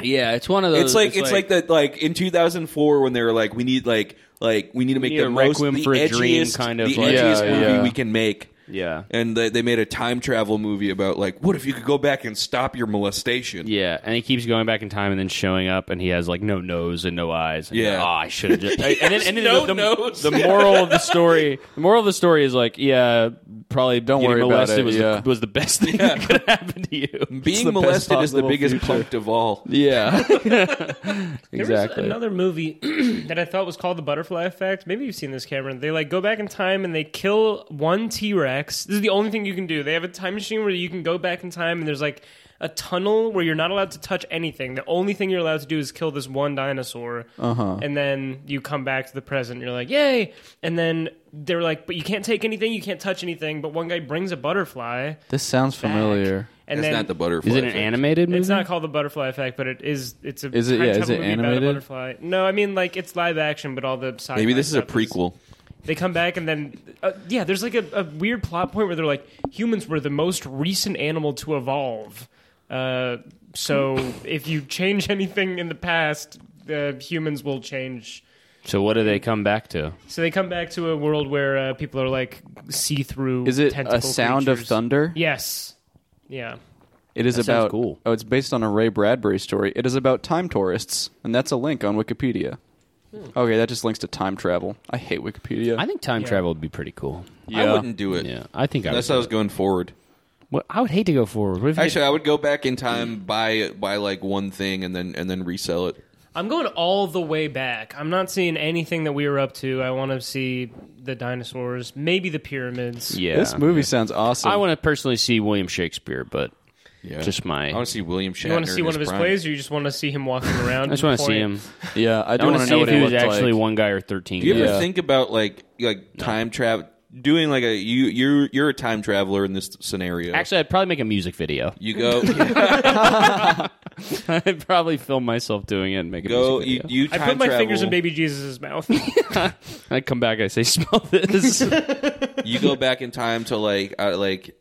Speaker 3: yeah, it's one of those.
Speaker 6: It's like it's like that like in 2004 when they were like we need like Like we need to make
Speaker 3: need
Speaker 6: the
Speaker 3: a
Speaker 6: most
Speaker 3: Requiem
Speaker 6: the
Speaker 3: for a
Speaker 6: edgiest,
Speaker 3: Dream kind of
Speaker 6: the
Speaker 3: like-
Speaker 6: edgiest
Speaker 3: Yeah,
Speaker 6: movie
Speaker 3: yeah.
Speaker 6: we can make.
Speaker 3: Yeah.
Speaker 6: And they, they made a time travel movie about like, what if you could go back and stop your molestation?
Speaker 3: Yeah, and he keeps going back in time and then showing up, and he has like no nose and no eyes. And
Speaker 6: Yeah.
Speaker 3: you're like, "Ah, I should have. just... and then, and then
Speaker 6: no
Speaker 3: the, the,
Speaker 6: nose.
Speaker 3: the moral of the story, the moral of the story is like, yeah, probably don't
Speaker 4: worry about
Speaker 3: molested
Speaker 4: it,
Speaker 3: Was,
Speaker 4: yeah.
Speaker 3: the, was the best thing that could happen to you.
Speaker 6: Being
Speaker 4: the best
Speaker 6: molested is the
Speaker 4: possible
Speaker 6: biggest
Speaker 4: future.
Speaker 6: punk of all.
Speaker 3: Yeah,
Speaker 5: There was
Speaker 3: exactly.
Speaker 5: another movie that I thought was called The Butterfly Effect. Maybe you've seen this, Cameron. They like go back in time and they kill one T Rex. This is the only thing you can do. They have a time machine where you can go back in time and there's like a tunnel where you're not allowed to touch anything. The only thing you're allowed to do is kill this one dinosaur. Uh-huh. And then you come back to the present. And you're like, yay! And then they're like, but you can't take anything. You can't touch anything. But one guy brings a butterfly.
Speaker 4: This sounds familiar.
Speaker 5: And
Speaker 6: That's
Speaker 5: then
Speaker 6: not the butterfly.
Speaker 3: Is it an
Speaker 6: effect.
Speaker 3: animated movie?
Speaker 5: It's not called the butterfly effect, but it is. It's a
Speaker 4: Is it-
Speaker 5: time
Speaker 4: yeah, is
Speaker 5: travel
Speaker 4: it
Speaker 5: movie about a
Speaker 4: animated?
Speaker 5: Butterfly. No, I mean like it's live action, but all the sci-fi
Speaker 6: Maybe this is a
Speaker 5: stuff
Speaker 6: prequel.
Speaker 5: They come back and then uh, yeah, there's like a, a weird plot point where they're like humans were the most recent animal to evolve. Uh, so if you change anything in the past, uh, humans will change.
Speaker 3: So what do they come back to?
Speaker 5: So they come back to a world where uh, people are like see through.
Speaker 4: Is it a sound of thunder?
Speaker 5: Yes. Yeah.
Speaker 4: It is
Speaker 3: sounds
Speaker 4: about
Speaker 3: cool.
Speaker 4: Oh, it's based on a Ray Bradbury story. It is about time tourists, and that's a link on Wikipedia. Okay, that just links to time travel. I hate Wikipedia.
Speaker 3: Hmm. I think time
Speaker 5: Yeah.
Speaker 3: travel would be pretty cool.
Speaker 6: I wouldn't do it.
Speaker 3: Yeah, I think I
Speaker 6: Unless
Speaker 3: would.
Speaker 6: I was going forward.
Speaker 3: Well, I would hate to go forward. What if you-
Speaker 6: Actually, I would go back in time, buy buy like one thing, and then and then resell it.
Speaker 5: I'm going all the way back. I'm not seeing anything that we were up to. I want to see the dinosaurs, maybe the pyramids.
Speaker 3: yeah,
Speaker 4: this movie sounds awesome.
Speaker 3: I want to personally see William Shakespeare, but
Speaker 6: Yeah.
Speaker 3: Just my-
Speaker 6: I want to see William Shatner.
Speaker 5: You want to see
Speaker 6: in
Speaker 5: one of his
Speaker 6: prime.
Speaker 5: plays, or you just want to see him walking around?
Speaker 3: I just want to see him.
Speaker 4: yeah, I
Speaker 3: I
Speaker 4: do
Speaker 3: want
Speaker 4: want
Speaker 3: to
Speaker 4: to know
Speaker 3: see if
Speaker 4: what
Speaker 3: he
Speaker 4: it
Speaker 3: was
Speaker 4: looked
Speaker 3: actually
Speaker 4: like.
Speaker 3: one guy or thirteen.
Speaker 6: Do you ever
Speaker 4: Yeah.
Speaker 6: think about like like time travel? Doing like a you you're you're a time traveler in this scenario.
Speaker 3: Actually, I'd probably make a music video.
Speaker 6: you go
Speaker 3: I'd probably film myself doing it and make a
Speaker 6: go you,
Speaker 3: music video.
Speaker 6: you
Speaker 5: I
Speaker 6: time
Speaker 5: put my
Speaker 6: travel.
Speaker 5: fingers in baby Jesus' mouth.
Speaker 3: I'd come back. I say, "Smell this."
Speaker 6: you go back in time to like uh, like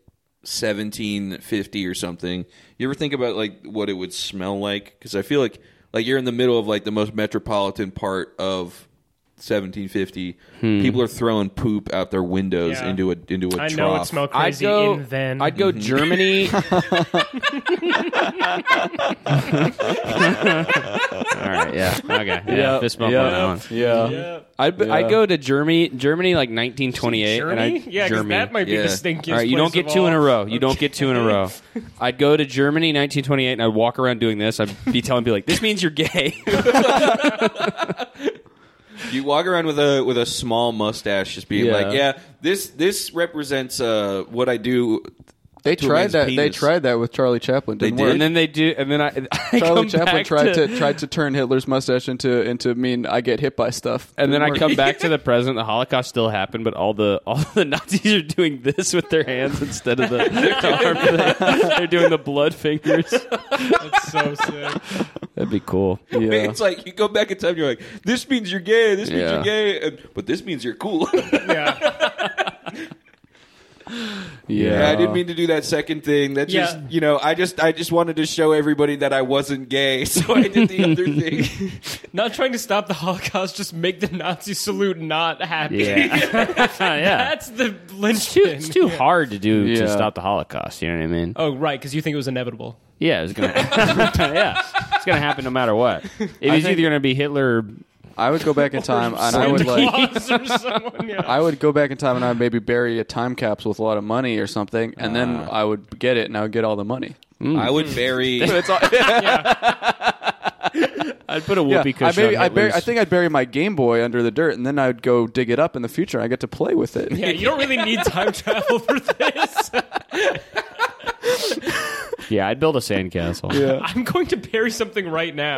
Speaker 6: 1750 or something you ever think about like what it would smell like because i feel like like you're in the middle of like the most metropolitan part of 1750 people are throwing poop out their windows
Speaker 5: Yeah.
Speaker 6: into a into a
Speaker 5: I
Speaker 6: trough
Speaker 5: know it smelled
Speaker 3: I'd
Speaker 5: crazy
Speaker 3: go.
Speaker 5: in then.
Speaker 3: I'd go Germany. All right. Yeah. Okay. Yeah.
Speaker 4: Yeah,
Speaker 3: Fist bump
Speaker 4: yeah,
Speaker 3: on that one.
Speaker 4: Yeah.
Speaker 3: I'd, I'd go to Germany. Germany like 1928. And
Speaker 5: Germany?
Speaker 3: I'd,
Speaker 5: Yeah, because
Speaker 3: Germany.
Speaker 5: that might be
Speaker 6: Yeah.
Speaker 5: the stinkiest.
Speaker 3: All right, you don't
Speaker 5: place
Speaker 3: get
Speaker 5: of
Speaker 3: two in a
Speaker 5: all.
Speaker 3: row. You don't get two in a row. I'd go to Germany, 1928, and I'd walk around doing this. I'd be telling people like, "This means you're gay."
Speaker 6: you walk around with a with a small mustache just being
Speaker 3: Yeah.
Speaker 6: like yeah this this represents uh what i do
Speaker 4: They
Speaker 6: to a
Speaker 4: tried
Speaker 6: man's
Speaker 4: that. They
Speaker 6: penis.
Speaker 4: tried that with Charlie Chaplin. Didn't
Speaker 6: did?
Speaker 4: work.
Speaker 3: and then they do, and then I, I
Speaker 4: Charlie
Speaker 3: come
Speaker 4: Chaplin
Speaker 3: back
Speaker 4: tried to, tried to turn Hitler's mustache into into mean I get hit by stuff.
Speaker 3: and then
Speaker 4: Didn't
Speaker 3: I
Speaker 4: work.
Speaker 3: come back to the present. The Holocaust still happened, but all the all the Nazis are doing this with their hands instead of the, the arm. They're doing the blood fingers.
Speaker 5: That's so sick.
Speaker 3: That'd be cool.
Speaker 4: Yeah.
Speaker 6: it's like you go back in time you're like this means you're gay this means
Speaker 3: Yeah.
Speaker 6: you're gay and, but this means you're cool
Speaker 5: Yeah.
Speaker 4: yeah.
Speaker 6: Yeah, I didn't mean to do that second thing. That just
Speaker 5: Yeah.
Speaker 6: you know, I just I just wanted to show everybody that I wasn't gay, so I did the other thing.
Speaker 5: Not trying to stop the Holocaust, just make the Nazi salute not happy.
Speaker 3: yeah.
Speaker 5: That's the
Speaker 3: It's too,
Speaker 5: linchpin.
Speaker 3: it's too hard to do
Speaker 4: Yeah.
Speaker 3: to stop the Holocaust. You know what I mean?
Speaker 5: Oh, right, because you think it was inevitable.
Speaker 3: Yeah, it's gonna. yeah, it's gonna happen no matter what. It was either gonna be Hitler. Or,
Speaker 4: I would go back in time and I would like
Speaker 5: Claus or someone, yeah.
Speaker 4: I would go back in time and I'd maybe bury a time capsule with a lot of money or something, and then I would get it and I would get all the money.
Speaker 6: I would bury.
Speaker 3: I'd put a
Speaker 4: Yeah,
Speaker 3: whoopee
Speaker 4: I
Speaker 3: cushion.
Speaker 4: maybe
Speaker 3: on
Speaker 4: I, bury,
Speaker 3: Hitler's-
Speaker 4: I think I'd bury my Game Boy under the dirt, and then I'd go dig it up in the future. and I get to play with it.
Speaker 5: Yeah, you don't really need time travel for this.
Speaker 3: Yeah, I'd build a sandcastle.
Speaker 5: I'm going to bury something right now.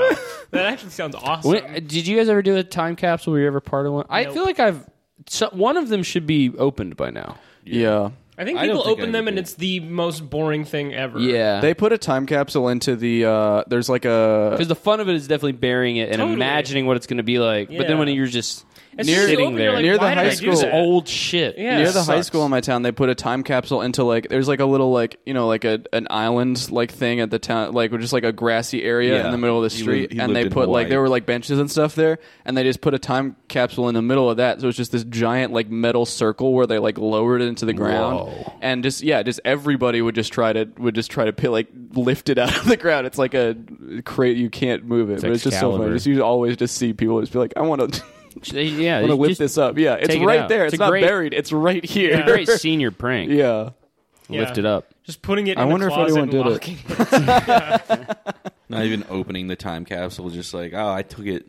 Speaker 5: That actually sounds awesome.
Speaker 3: When- did you guys ever do a time capsule? Were you ever part of one? I
Speaker 5: Nope.
Speaker 3: feel like I've. So, one of them should be opened by now.
Speaker 4: Yeah.
Speaker 5: I think
Speaker 6: I don't think
Speaker 5: people
Speaker 6: I
Speaker 5: open them
Speaker 6: would
Speaker 5: and
Speaker 6: do.
Speaker 5: it's the most boring thing ever.
Speaker 4: They put a time capsule into the. Uh, there's like a
Speaker 3: because the fun of it is definitely burying it and
Speaker 5: Totally.
Speaker 3: imagining what it's going to be like. But then
Speaker 5: Yeah.
Speaker 3: when you're just
Speaker 5: As soon as
Speaker 4: Near-
Speaker 5: you
Speaker 3: sitting
Speaker 5: open,
Speaker 3: there.
Speaker 5: you're like,
Speaker 4: Near the
Speaker 5: "Why did
Speaker 4: high
Speaker 5: I do
Speaker 4: school.
Speaker 5: that?"
Speaker 3: Old shit.
Speaker 5: Yeah.
Speaker 4: near the high
Speaker 5: sucks.
Speaker 4: school in my town they put a time capsule into like there's like a little like you know like a an island like thing at the town like with just like a grassy area
Speaker 6: Yeah.
Speaker 4: in the middle of the
Speaker 6: He
Speaker 4: street
Speaker 6: lived- he
Speaker 4: and they
Speaker 6: lived in
Speaker 4: put like
Speaker 6: Hawaii.
Speaker 4: there were like benches and stuff there and they just put a time capsule in the middle of that so it's just this giant like metal circle where they like lowered it into the ground
Speaker 3: Whoa.
Speaker 4: and just yeah just everybody would just try to would just try to pi- like lift it out of the ground it's like a crate you can't move it but it's just so funny
Speaker 3: Excalibur.
Speaker 4: just you always just see people just be like I want to
Speaker 3: They- yeah.
Speaker 4: I want to
Speaker 3: they
Speaker 4: whip
Speaker 3: just-
Speaker 4: this up yeah it's
Speaker 3: take it
Speaker 4: right
Speaker 3: out.
Speaker 4: there
Speaker 3: It's
Speaker 4: it's,
Speaker 3: a
Speaker 4: not
Speaker 3: great-
Speaker 4: buried it's right here
Speaker 5: Yeah.
Speaker 3: Great senior prank.
Speaker 4: yeah.
Speaker 5: Yeah.
Speaker 3: Lift it up.
Speaker 5: Just putting it.
Speaker 4: I
Speaker 5: in
Speaker 4: wonder
Speaker 5: a
Speaker 4: if
Speaker 5: closet
Speaker 4: anyone
Speaker 5: and
Speaker 4: did it.
Speaker 5: locking it.
Speaker 6: Not even opening the time capsule, just like, oh, I took it.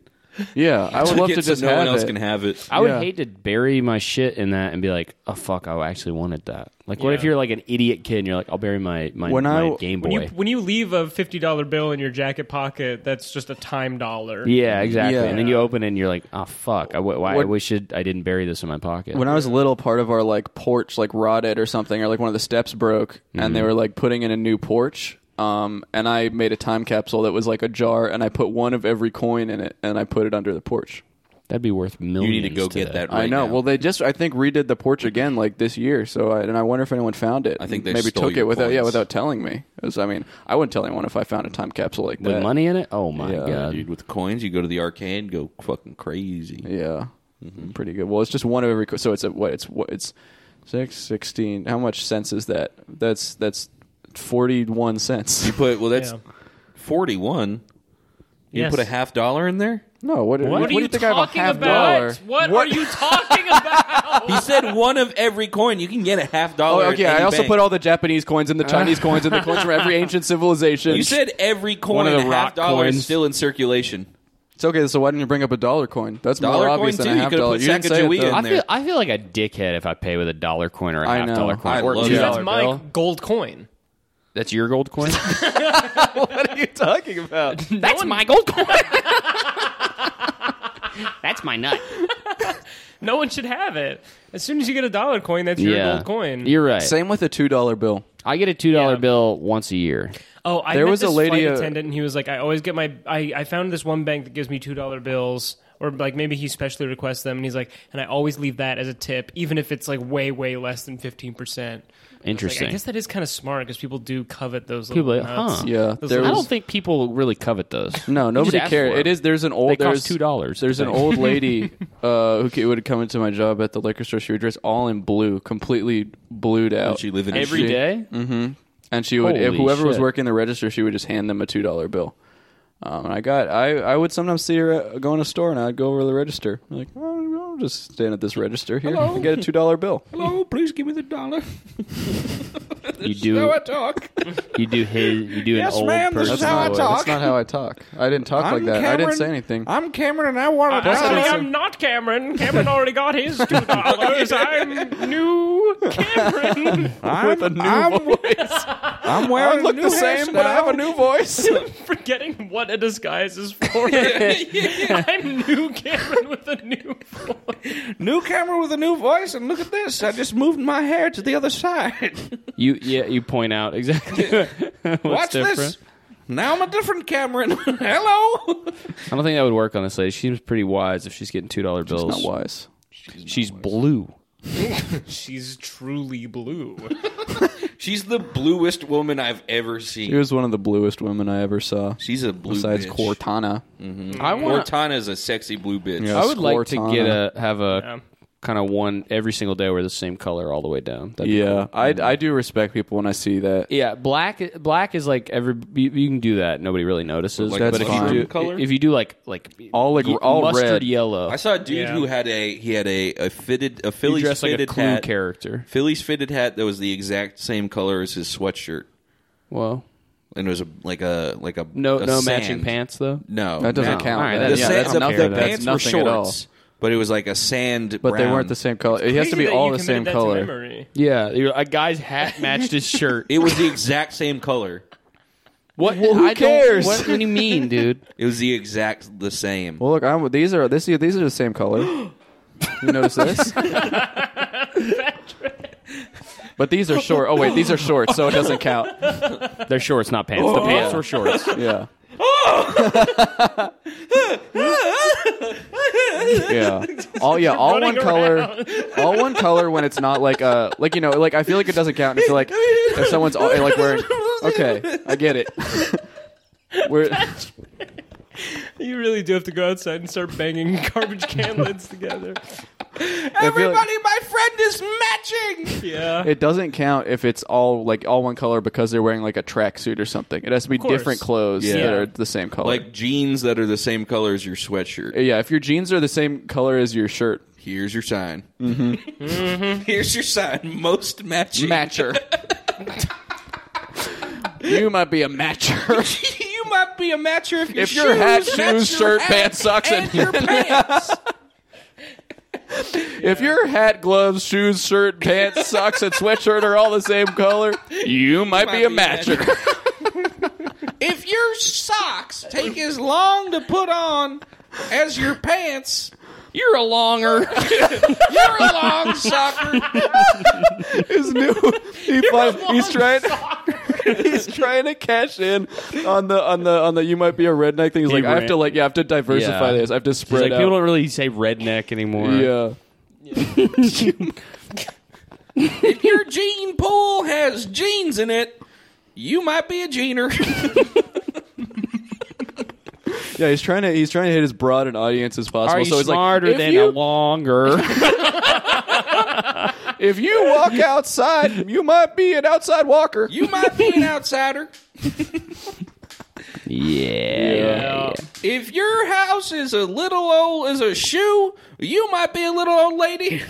Speaker 4: Yeah, I would
Speaker 6: Took
Speaker 4: love
Speaker 6: it
Speaker 4: to
Speaker 6: so
Speaker 4: just
Speaker 6: no
Speaker 4: have
Speaker 6: one else
Speaker 4: it.
Speaker 6: can have it.
Speaker 3: I would
Speaker 4: Yeah.
Speaker 3: hate to bury my shit in that and be like, oh fuck, I actually wanted that. Like, what if
Speaker 5: Yeah.
Speaker 3: you're like an idiot kid and you're like, I'll bury my my,
Speaker 4: When
Speaker 3: my
Speaker 4: I-
Speaker 3: Game
Speaker 5: When you,
Speaker 3: Boy.
Speaker 5: when you leave a fifty dollar bill in your jacket pocket, that's just a time dollar.
Speaker 3: yeah, exactly.
Speaker 4: Yeah.
Speaker 3: And then you open it and you're like, oh fuck, I, w- why, I
Speaker 4: What-
Speaker 3: wish it, I didn't bury this in my pocket.
Speaker 4: When I was little, part of our like porch like rotted or something, or like one of the steps broke, and
Speaker 6: Mm-hmm.
Speaker 4: they were like putting in a new porch. Um, and I made a time capsule that was like a jar, and I put one of every coin in it, and I put it under the porch.
Speaker 3: That'd be worth millions.
Speaker 6: You need to go get
Speaker 3: today.
Speaker 6: that right
Speaker 4: I know.
Speaker 6: now.
Speaker 4: Well, they just I think redid the porch again like this year. So I, and I wonder if anyone found it.
Speaker 6: I think they
Speaker 4: maybe
Speaker 6: stole
Speaker 4: took
Speaker 6: your
Speaker 4: it without yeah
Speaker 6: coins.
Speaker 4: without telling me. 'Cause, I mean, I wouldn't tell anyone if I found a time capsule like
Speaker 3: with
Speaker 4: that.
Speaker 3: money in it. Oh my
Speaker 4: Yeah,
Speaker 3: god.
Speaker 6: Dude, with coins, you go to the arcade, go fucking crazy.
Speaker 4: Yeah, pretty good. Well, it's just one of every. co- So it's a, what it's what it's six sixteen. How much cents is that? That's that's forty one cents.
Speaker 6: Put well, that's
Speaker 5: Yeah.
Speaker 6: forty one. You
Speaker 5: Yes.
Speaker 6: put a half dollar in there.
Speaker 4: No, what?
Speaker 5: What,
Speaker 4: what
Speaker 5: are
Speaker 4: do
Speaker 5: you
Speaker 4: think I have a
Speaker 5: talking
Speaker 4: half dollar?
Speaker 5: about? What, are you talking about?
Speaker 6: He said one of every coin. You can get a half
Speaker 4: Oh,
Speaker 6: dollar.
Speaker 4: okay.
Speaker 6: at any
Speaker 4: I also
Speaker 6: bank.
Speaker 4: put all the Japanese coins and the Chinese coins and the coins from every ancient civilization.
Speaker 6: You said every coin,
Speaker 3: One of the
Speaker 6: a half
Speaker 3: rock
Speaker 6: dollar is
Speaker 3: coins.
Speaker 6: still in circulation.
Speaker 4: it's okay. So why didn't you bring up a dollar coin? That's
Speaker 6: Dollar coin,
Speaker 4: more obvious
Speaker 6: too.
Speaker 4: than a
Speaker 6: You
Speaker 4: half
Speaker 6: could've
Speaker 4: dollar.
Speaker 6: put
Speaker 4: You didn't say
Speaker 6: Sacagawea
Speaker 4: it, though.
Speaker 6: in
Speaker 3: I
Speaker 6: there.
Speaker 3: feel I feel like a dickhead if I pay with a dollar coin or a
Speaker 4: I
Speaker 3: half
Speaker 4: know.
Speaker 3: dollar coin
Speaker 6: I
Speaker 3: or
Speaker 6: love
Speaker 3: two
Speaker 6: that.
Speaker 5: that's
Speaker 3: dollar
Speaker 5: my
Speaker 3: bill.
Speaker 5: gold coin.
Speaker 3: That's your gold coin.
Speaker 4: What are you talking about?
Speaker 3: That's my gold coin. That's my nut.
Speaker 5: No one should have it. As soon as you get a dollar coin, that's your gold coin.
Speaker 3: You're right.
Speaker 4: Same with a two dollar bill.
Speaker 3: I get a two dollar
Speaker 5: Yeah.
Speaker 3: bill once a year.
Speaker 5: oh, I
Speaker 4: There
Speaker 5: met
Speaker 4: was a
Speaker 5: this
Speaker 4: lady,
Speaker 5: flight
Speaker 4: uh,
Speaker 5: attendant, and he was like, "I always get my. I, I found this one bank that gives me two dollar bills." Or like maybe he specially requests them, and he's like, and I always leave that as a tip, even if it's like way way less than fifteen percent. Like,
Speaker 3: Interesting.
Speaker 5: I guess that is kind of smart because people do covet those
Speaker 3: People
Speaker 5: little
Speaker 3: are like,
Speaker 5: nuts.
Speaker 3: huh.
Speaker 4: Yeah,
Speaker 5: Those
Speaker 4: there
Speaker 5: little-
Speaker 3: I
Speaker 4: was-
Speaker 3: don't think people really covet those.
Speaker 4: No, nobody
Speaker 3: ask
Speaker 4: cared.
Speaker 3: for 'em.
Speaker 4: It is there's an old
Speaker 3: They
Speaker 4: there's
Speaker 3: cost two dollars.
Speaker 4: There's an old lady uh, who ca- would come into my job at the liquor store. She would dress all in blue, completely blued out.
Speaker 6: She lived in a
Speaker 3: every
Speaker 6: shit.
Speaker 3: day.
Speaker 4: and she would, if
Speaker 3: Holy
Speaker 4: whoever was
Speaker 3: shit.
Speaker 4: working the register, she would just hand them a two dollar bill. Um, and I got, I, I would sometimes see her uh, go in a store, and I'd go over to the register, I'm like, oh, I'll just stand at this register here and get a two dollar bill.
Speaker 6: Hello, please give me the dollar.
Speaker 3: You do.
Speaker 6: talk.
Speaker 3: You do his. You do
Speaker 6: Yes,
Speaker 3: an old
Speaker 6: ma'am, this is
Speaker 3: person.
Speaker 6: how I
Speaker 4: No,
Speaker 6: talk.
Speaker 4: That's not how I talk. I didn't talk like that. I didn't say anything.
Speaker 6: I'm Cameron, and I want a
Speaker 5: Oh, Actually, I'm not Cameron. Cameron already got his two dollars. I'm new Cameron.
Speaker 6: I'm, with a new I'm,
Speaker 4: voice.
Speaker 6: I'm
Speaker 4: I
Speaker 6: wearing
Speaker 4: look
Speaker 6: a
Speaker 4: the
Speaker 6: new
Speaker 4: same, but I have a new voice.
Speaker 5: Forgetting what a disguise is for. I'm new Cameron with a new voice.
Speaker 6: new camera with a new voice, and look at this. I just moved my hair to the other side.
Speaker 3: You yeah. You point out exactly. what's
Speaker 6: Watch
Speaker 3: different.
Speaker 6: this. Now I'm a different Cameron. Hello.
Speaker 3: I don't think that would work on this lady. She seems pretty wise if she's getting two dollar bills.
Speaker 4: Not wise.
Speaker 3: She's blue.
Speaker 5: She's truly blue.
Speaker 6: She's the bluest woman I've ever seen.
Speaker 4: She was one of the bluest women I ever saw.
Speaker 6: She's a blue
Speaker 4: besides
Speaker 6: bitch. Mm-hmm.
Speaker 4: Cortana.
Speaker 3: Mm-hmm. I want.
Speaker 6: Cortana is a sexy blue bitch.
Speaker 4: Yeah.
Speaker 3: I would like to
Speaker 4: Scortana.
Speaker 3: get a have a
Speaker 5: Yeah.
Speaker 3: kind of one every single day where the same color all the way down. That'd be
Speaker 4: Yeah, I
Speaker 6: Mm-hmm.
Speaker 4: I do respect people when I see that.
Speaker 3: Yeah, black black is like every you, you can do that. Nobody really notices.
Speaker 6: Like
Speaker 3: but
Speaker 4: that's
Speaker 3: if
Speaker 4: fine.
Speaker 3: you do
Speaker 6: Color?
Speaker 3: if you do like like
Speaker 4: All like-
Speaker 3: ye-
Speaker 4: all
Speaker 3: mustard
Speaker 4: red.
Speaker 3: yellow,
Speaker 6: I saw a dude
Speaker 5: Yeah.
Speaker 6: who had a he had a, a fitted a
Speaker 3: you
Speaker 6: Phillies
Speaker 3: dress like
Speaker 6: fitted
Speaker 3: a clue
Speaker 6: hat.
Speaker 3: character.
Speaker 6: Phillies fitted hat that was the exact same color as his sweatshirt,
Speaker 3: Well,
Speaker 6: and it was a like a like a
Speaker 3: no
Speaker 6: a
Speaker 3: no
Speaker 6: sand.
Speaker 3: matching pants though.
Speaker 6: No,
Speaker 4: That
Speaker 6: no.
Speaker 4: doesn't count.
Speaker 3: All right,
Speaker 4: That-
Speaker 6: The,
Speaker 3: yeah,
Speaker 6: sand-
Speaker 3: that's
Speaker 6: the
Speaker 3: okay.
Speaker 6: the
Speaker 3: That's
Speaker 6: pants were
Speaker 4: nothing at all.
Speaker 6: shorts, but it was like a sand.
Speaker 4: But they
Speaker 6: brown.
Speaker 4: weren't the same color. It has
Speaker 5: Crazy
Speaker 4: to be
Speaker 5: that
Speaker 4: all
Speaker 5: you
Speaker 4: the same
Speaker 5: committed that to
Speaker 4: color.
Speaker 5: memory.
Speaker 3: Yeah, you- a guy's hat matched his shirt.
Speaker 6: It was the exact same color.
Speaker 3: what?
Speaker 4: who
Speaker 3: I don't-
Speaker 4: cares?
Speaker 3: What do you mean, dude?
Speaker 6: It was the exact the same.
Speaker 4: Well, look, I'm, these are this these are the same color. You notice this? but these are short. Oh wait, these are shorts, so it doesn't count.
Speaker 3: Oh. They're shorts, not pants. The pants were shorts.
Speaker 4: Yeah. Yeah. All yeah, all one color. All one color when it's not like uh like you know, like I feel like it doesn't count if you like if someone's all, like wearing Okay, I get it. We're
Speaker 5: You really do have to go outside and start banging garbage can lids together.
Speaker 4: Everybody
Speaker 6: my friend is matching.
Speaker 5: Yeah.
Speaker 4: It doesn't count if it's all like all one color because they're wearing like a tracksuit or something. It has to be
Speaker 5: course.
Speaker 4: different clothes
Speaker 6: Yeah.
Speaker 4: that are the same color.
Speaker 6: Like jeans that are the same color as your sweatshirt.
Speaker 4: yeah, if your jeans are the same color as your shirt,
Speaker 6: Here's your sign. Mm-hmm. Here's your sign. Most matching.
Speaker 4: matcher. you might be a matcher.
Speaker 6: you might be a matcher if, your
Speaker 4: If your hat,
Speaker 6: shoes
Speaker 4: shoes,
Speaker 6: match your
Speaker 4: shirt,
Speaker 6: hat
Speaker 4: pants, socks,
Speaker 6: and
Speaker 4: and-
Speaker 6: your pants.
Speaker 4: if your hat, gloves, shoes, shirt, pants, socks, and sweatshirt are all the same color, you might, be a matcher.
Speaker 6: if your socks take as long to put on as your pants,
Speaker 3: You're a longer.
Speaker 6: you're a long socker.
Speaker 4: His new, he finds, he's trying. he's trying to cash in on the on the on the you might be a redneck thing. He's
Speaker 3: He
Speaker 4: like, I have
Speaker 3: ran-
Speaker 4: to like, yeah, I have to diversify
Speaker 3: Yeah.
Speaker 4: this. I have to
Speaker 3: It's
Speaker 4: spread
Speaker 3: like
Speaker 4: out. uh,
Speaker 3: people don't really say redneck anymore.
Speaker 4: Yeah.
Speaker 6: If your gene pool has jeans in it, you might be a gener.
Speaker 4: Yeah, he's trying to he's trying to hit as broad an audience as possible.
Speaker 3: Are you
Speaker 4: so it's
Speaker 3: smarter
Speaker 4: like, if
Speaker 3: than
Speaker 4: you,
Speaker 3: a longer?
Speaker 4: if you walk outside, you might be an outside walker.
Speaker 6: You might be an outsider.
Speaker 5: Yeah.
Speaker 3: yeah.
Speaker 6: If your house is a little old as a shoe, you might be a little old lady.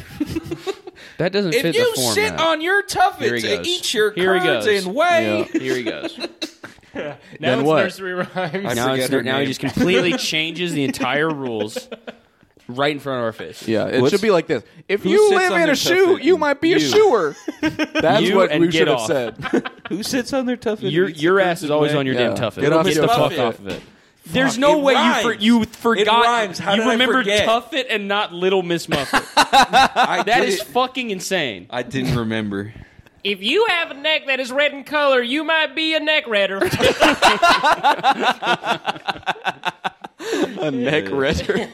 Speaker 3: That doesn't
Speaker 6: If
Speaker 3: fit
Speaker 6: you
Speaker 3: the format.
Speaker 6: sit on your
Speaker 3: Here
Speaker 6: tuffets
Speaker 3: he
Speaker 6: and
Speaker 3: goes.
Speaker 6: eat your
Speaker 5: Here he
Speaker 6: curds
Speaker 5: goes.
Speaker 6: and whey,
Speaker 3: Here he goes.
Speaker 5: Now it's
Speaker 4: what?
Speaker 5: nursery rhymes.
Speaker 6: I
Speaker 3: Now,
Speaker 6: forget
Speaker 3: it's,
Speaker 6: her
Speaker 3: now he
Speaker 6: name.
Speaker 3: just completely changes the entire rules right in front of our face.
Speaker 4: Yeah, it should be like this. If
Speaker 6: Who
Speaker 4: you
Speaker 6: sits
Speaker 4: live
Speaker 6: on
Speaker 4: in
Speaker 6: your
Speaker 4: a shoe,
Speaker 6: tuffet?
Speaker 4: you might be a
Speaker 6: You.
Speaker 4: shoer. That's
Speaker 3: You
Speaker 4: what
Speaker 3: and
Speaker 4: we
Speaker 3: get
Speaker 4: should have
Speaker 3: off.
Speaker 4: said.
Speaker 6: who sits on their tuffet?
Speaker 3: Your your ass is always on your
Speaker 4: Yeah.
Speaker 3: damn toughest.
Speaker 4: Get off
Speaker 3: Get
Speaker 4: your
Speaker 3: the fuck
Speaker 6: tuffet.
Speaker 3: off of it. There's no
Speaker 6: it
Speaker 3: way you
Speaker 6: rhymes.
Speaker 3: for, you forgot.
Speaker 6: rhymes. How did
Speaker 3: you
Speaker 6: I
Speaker 3: remembered
Speaker 6: forget?
Speaker 3: Tuffet and not Little Miss Muffet.
Speaker 6: I
Speaker 3: That is fucking insane.
Speaker 6: I didn't remember.
Speaker 5: If you have a neck that is red in color, you might be a neck redder.
Speaker 4: A neck redder.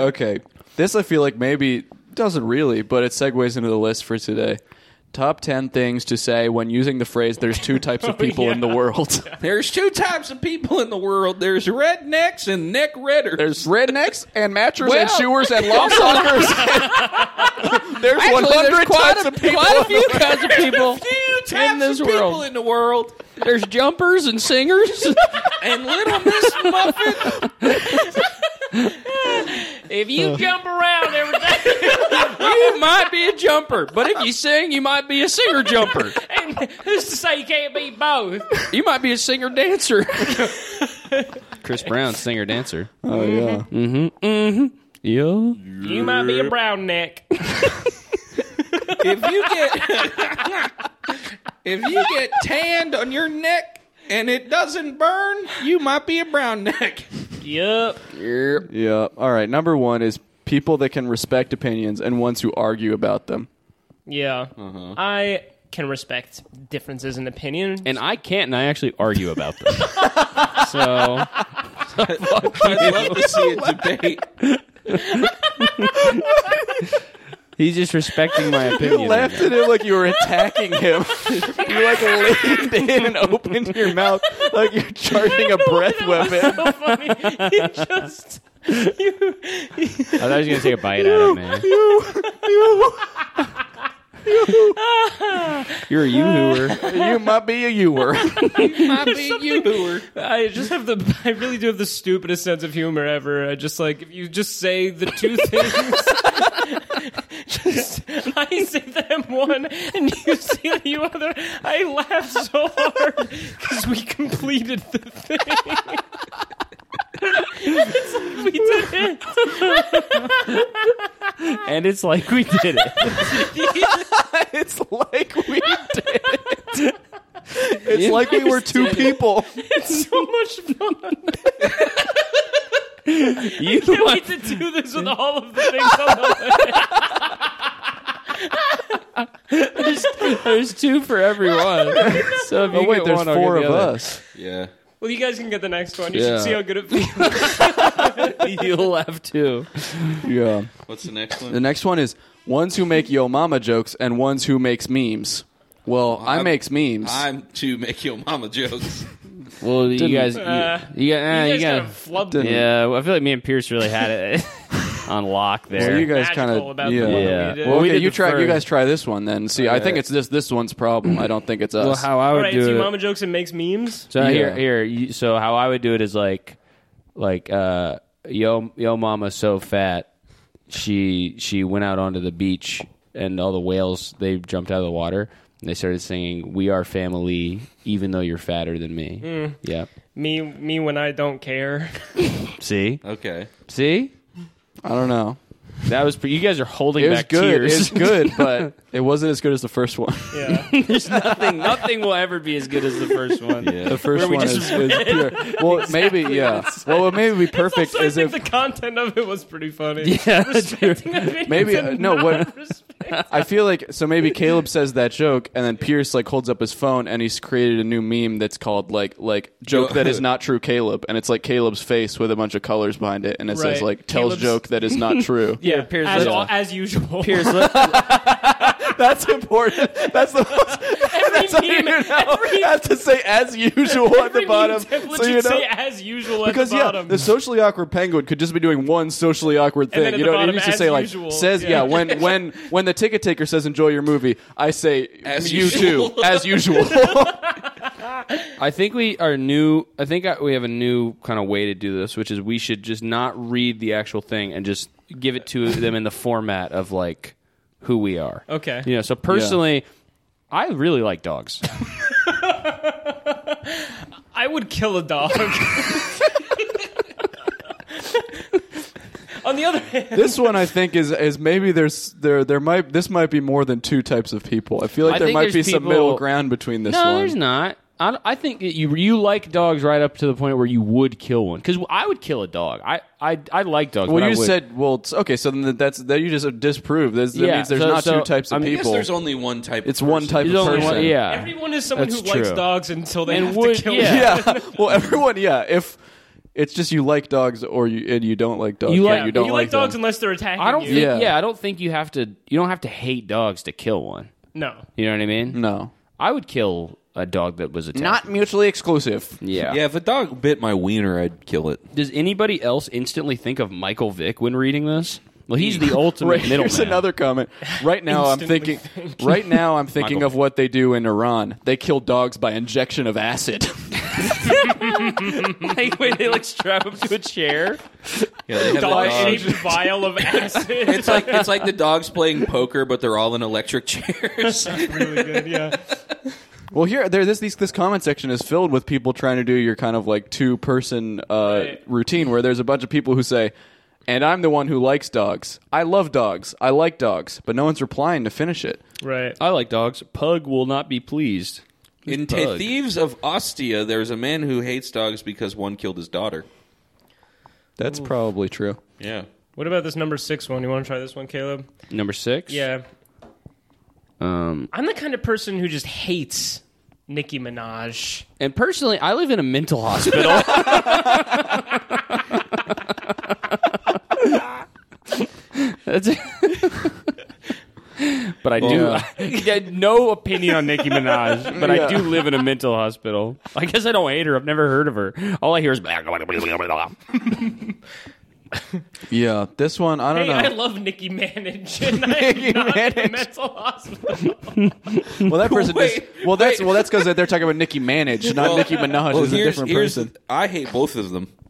Speaker 4: okay, this I feel like maybe doesn't really, but it segues into the list for today. Top ten things to say when using the phrase "There's two types of people in the world."
Speaker 6: There's two types of people in the world. There's rednecks and neck redders.
Speaker 4: There's rednecks and matchers
Speaker 6: Well-
Speaker 4: and shoers and long sockers. there's one hundred types of people.
Speaker 3: Quite a few kinds of people.
Speaker 6: two types
Speaker 3: this
Speaker 6: of people
Speaker 3: world.
Speaker 6: in the world.
Speaker 3: There's jumpers and singers.
Speaker 6: And little Miss Muffet.
Speaker 5: if you jump around every day
Speaker 3: you might be a jumper, but if you sing, you might be a singer jumper.
Speaker 5: and who's to say you can't be both?
Speaker 3: You might be a singer dancer. Chris Brown, singer dancer. Mm-hmm,
Speaker 4: Oh yeah.
Speaker 3: Yeah.
Speaker 5: You might be a brown neck.
Speaker 6: If you get if you get tanned on your neck and it doesn't burn, you might be a brown neck.
Speaker 5: Yup.
Speaker 4: Yeah. All right. Number one is people that can respect opinions and ones who argue about them.
Speaker 5: Yeah.
Speaker 4: Uh-huh.
Speaker 5: I can respect differences in opinion.
Speaker 3: And I can't, and I actually argue about them. so
Speaker 6: I'd love to see a debate.
Speaker 3: he's just respecting my opinion.
Speaker 4: You laughed at him like you were attacking him. you like leaned in and opened your mouth like you're charging a breath weapon.
Speaker 5: so funny. You just you,
Speaker 3: I thought he was gonna take a bite out of man. You're a yoo-hooer.
Speaker 4: You might be a ewer.
Speaker 6: Might be you hooer.
Speaker 5: I just have the I really do have the stupidest sense of humor ever. I just like if you just say the two things. Just, I say them one and you say the other. I laugh so hard because we completed the thing. it's like we did it.
Speaker 3: and it's like we did it.
Speaker 4: it's like we did it. It's like we were two people.
Speaker 5: It's so much fun.
Speaker 3: You
Speaker 5: Can't
Speaker 3: might,
Speaker 5: wait to do this with all of the things on the list.
Speaker 3: there's two for everyone. So if you
Speaker 4: Oh wait,
Speaker 3: get
Speaker 4: there's
Speaker 3: Oh, one, I'll
Speaker 4: Oh, four
Speaker 3: get
Speaker 4: of
Speaker 3: the other.
Speaker 4: us.
Speaker 6: Yeah.
Speaker 5: Well, you guys can get the next one. You
Speaker 3: Yeah.
Speaker 5: should see how good it feels.
Speaker 3: You'll have to.
Speaker 4: Yeah.
Speaker 6: What's the next
Speaker 4: The
Speaker 6: one?
Speaker 4: next one is ones who make yo mama jokes and ones who makes memes. Well, I
Speaker 6: I'm-
Speaker 4: makes memes.
Speaker 6: I'm to make your mama jokes.
Speaker 3: Well, you guys, you,
Speaker 5: Uh,
Speaker 3: you, got- eh,
Speaker 5: you
Speaker 3: you
Speaker 5: guys
Speaker 3: got-
Speaker 5: kind of flubbed
Speaker 4: Didn't-
Speaker 5: it.
Speaker 3: Yeah, well, I feel like me and Pierce really had it on lock there.
Speaker 4: Well, you guys kind
Speaker 5: Magical
Speaker 4: of
Speaker 5: about the
Speaker 4: yeah.
Speaker 5: one that we
Speaker 3: Yeah.
Speaker 5: did.
Speaker 4: Well,
Speaker 3: We
Speaker 4: okay,
Speaker 3: did
Speaker 4: you
Speaker 3: the
Speaker 4: try. You
Speaker 3: first.
Speaker 4: guys try this one then. See, I think it's this this one's problem. I don't think it's us.
Speaker 3: well, how I would
Speaker 5: All right,
Speaker 3: do
Speaker 5: it's
Speaker 3: it.
Speaker 5: you mama jokes and makes memes.
Speaker 3: So
Speaker 4: Yeah.
Speaker 3: here, here. You, so how I would do it is like, like, uh, yo, yo, mama's so fat. She she went out onto the beach and all the whales they jumped out of the water and they started singing "We Are Family," even though you're fatter than me.
Speaker 5: Hmm.
Speaker 3: Yeah.
Speaker 5: Me, me when I don't care.
Speaker 3: See,
Speaker 6: Okay.
Speaker 3: see,
Speaker 4: I don't know.
Speaker 3: that was pretty, you guys are holding
Speaker 4: It was
Speaker 3: back
Speaker 4: good.
Speaker 3: tears.
Speaker 4: It was good, but it wasn't as good as the first one.
Speaker 5: Yeah.
Speaker 3: There's nothing. Nothing will ever be as good as the first one.
Speaker 6: Yeah.
Speaker 4: The first one is, is pure. Well, maybe yeah. Well, what maybe would be perfect
Speaker 5: Also, I
Speaker 4: is
Speaker 5: think
Speaker 4: if
Speaker 5: the content of it was pretty funny.
Speaker 3: Yeah, that's true.
Speaker 4: Maybe, uh, no, what-
Speaker 5: Respect.
Speaker 4: I feel like so maybe Caleb says that joke and then Pierce like holds up his phone and he's created a new meme that's called like like joke that is not true Caleb and it's like Caleb's face with a bunch of colors behind it and it says
Speaker 5: Right.
Speaker 4: like tells
Speaker 5: Caleb's-
Speaker 4: joke that is not true.
Speaker 5: Yeah,
Speaker 3: Piers
Speaker 5: as,
Speaker 3: Little.
Speaker 5: all, as usual.
Speaker 3: Pierce, let,
Speaker 4: That's important. That's the most,
Speaker 5: every meme, every,
Speaker 4: has to say as usual at
Speaker 5: every
Speaker 4: the
Speaker 5: meme
Speaker 4: bottom.
Speaker 5: template
Speaker 4: So
Speaker 5: should
Speaker 4: you know
Speaker 5: say as usual at
Speaker 4: because
Speaker 5: the
Speaker 4: yeah,
Speaker 5: bottom.
Speaker 4: the socially awkward penguin could just be doing one socially awkward
Speaker 5: And
Speaker 4: thing.
Speaker 5: then at
Speaker 4: you
Speaker 5: the
Speaker 4: know, it
Speaker 5: bottom,
Speaker 4: needs to
Speaker 5: as
Speaker 4: say like
Speaker 5: usual.
Speaker 4: says
Speaker 5: Yeah.
Speaker 4: yeah. When when when the ticket taker says enjoy your movie, I say
Speaker 6: As
Speaker 4: you
Speaker 6: usual."
Speaker 4: too as usual.
Speaker 3: I think we are new. I think I, we have a new kind of way to do this, which is we should just not read the actual thing and just give it to them in the format of like who we are.
Speaker 5: okay.
Speaker 3: You know. So personally, I really like dogs.
Speaker 5: I would kill a dog. On the other hand,
Speaker 4: this one I think is is maybe there's there there might this might be more than two types of people. I feel like
Speaker 3: I
Speaker 4: there
Speaker 3: think
Speaker 4: might be
Speaker 3: there's
Speaker 4: some
Speaker 3: people-
Speaker 4: middle ground between this
Speaker 3: no,
Speaker 4: one.
Speaker 3: there's not. I, don't- I think that you you like dogs right up to the point where you would kill one because I would kill a dog. I I, I like dogs.
Speaker 4: Well,
Speaker 3: but I
Speaker 4: you
Speaker 3: would.
Speaker 4: said well, it's- okay, so then that's that you just disprove. There's, that
Speaker 3: Yeah,
Speaker 4: means there's
Speaker 3: so-
Speaker 4: not
Speaker 3: so,
Speaker 4: two types of
Speaker 3: I mean-
Speaker 6: I
Speaker 4: people.
Speaker 6: guess there's only one type.
Speaker 4: it's
Speaker 6: of
Speaker 4: one
Speaker 6: person.
Speaker 4: type
Speaker 3: There's
Speaker 4: of
Speaker 3: only
Speaker 4: person.
Speaker 3: one- yeah.
Speaker 5: everyone is someone
Speaker 3: That's
Speaker 5: who likes
Speaker 3: true.
Speaker 5: dogs until they
Speaker 3: And
Speaker 5: have
Speaker 3: would-
Speaker 5: to kill
Speaker 3: yeah.
Speaker 5: them.
Speaker 4: yeah. Well, everyone, yeah. If it's just you like dogs or you and you don't like dogs,
Speaker 3: You
Speaker 4: right?
Speaker 3: like-
Speaker 4: you don't
Speaker 5: you like, dogs
Speaker 4: them.
Speaker 5: unless they're attacking
Speaker 3: I don't.
Speaker 5: you.
Speaker 3: Think, yeah.
Speaker 4: Yeah.
Speaker 3: I don't think you have to. You don't have to hate dogs to kill one.
Speaker 5: No.
Speaker 3: You know what I mean?
Speaker 4: no,
Speaker 3: I would kill a dog that was attacked.
Speaker 4: mutually exclusive.
Speaker 3: Yeah.
Speaker 6: Yeah, if a dog bit my wiener, I'd kill it.
Speaker 3: Does anybody else instantly think of Michael Vick when reading this? Well, he's the ultimate
Speaker 4: Right,
Speaker 3: middleman.
Speaker 4: here's another comment. Right now, I'm
Speaker 5: Instantly
Speaker 4: thinking. Right now, I'm thinking
Speaker 3: Michael.
Speaker 4: of what they do in Iran. They kill dogs by injection of acid.
Speaker 3: like when they like strap him to a chair.
Speaker 6: Yeah, they have the
Speaker 5: Dog
Speaker 6: dogs.
Speaker 5: shaped
Speaker 4: um,
Speaker 5: vial of acid.
Speaker 6: It's like it's like the dogs playing poker, but they're all in electric chairs.
Speaker 5: really good, yeah.
Speaker 4: well, here, there, this these, this comment section is filled with people trying to do your kind of like two person uh,
Speaker 5: Right.
Speaker 4: routine, where there's a bunch of people who say. And I'm the one who likes dogs. I love dogs. I like dogs, but no one's replying to finish it.
Speaker 5: Right.
Speaker 3: I like dogs. Pug will not be pleased.
Speaker 6: In
Speaker 3: Bug.
Speaker 6: Ta- Thieves of Ostia, there's a man who hates dogs because one killed his daughter.
Speaker 4: That's probably true.
Speaker 6: Yeah.
Speaker 5: What about this number six one? You want to try this one, Caleb?
Speaker 3: Number six.
Speaker 5: Yeah.
Speaker 3: Um.
Speaker 5: I'm the kind of person who just hates Nicki Minaj.
Speaker 3: And personally, I live in a mental hospital. That's it. but I do.
Speaker 4: Yeah.
Speaker 3: yeah, no opinion on Nicki Minaj, but I do live in a mental hospital. I guess I don't hate her. I've never heard of her. All I hear is.
Speaker 4: Yeah, this one I don't
Speaker 5: Hey, I
Speaker 4: know.
Speaker 5: love Nicki Minaj, and I'm not in a
Speaker 4: Oh, Minaj.
Speaker 5: mental hospital.
Speaker 4: well, that person.
Speaker 6: Wait,
Speaker 4: just, well, that's well, that's because they're talking about Nicki Manage, not
Speaker 6: Well-
Speaker 4: Nicki Minaj.
Speaker 6: Well,
Speaker 4: is Oh, a
Speaker 6: here's-
Speaker 4: different
Speaker 6: here's-
Speaker 4: person.
Speaker 6: I hate both of them.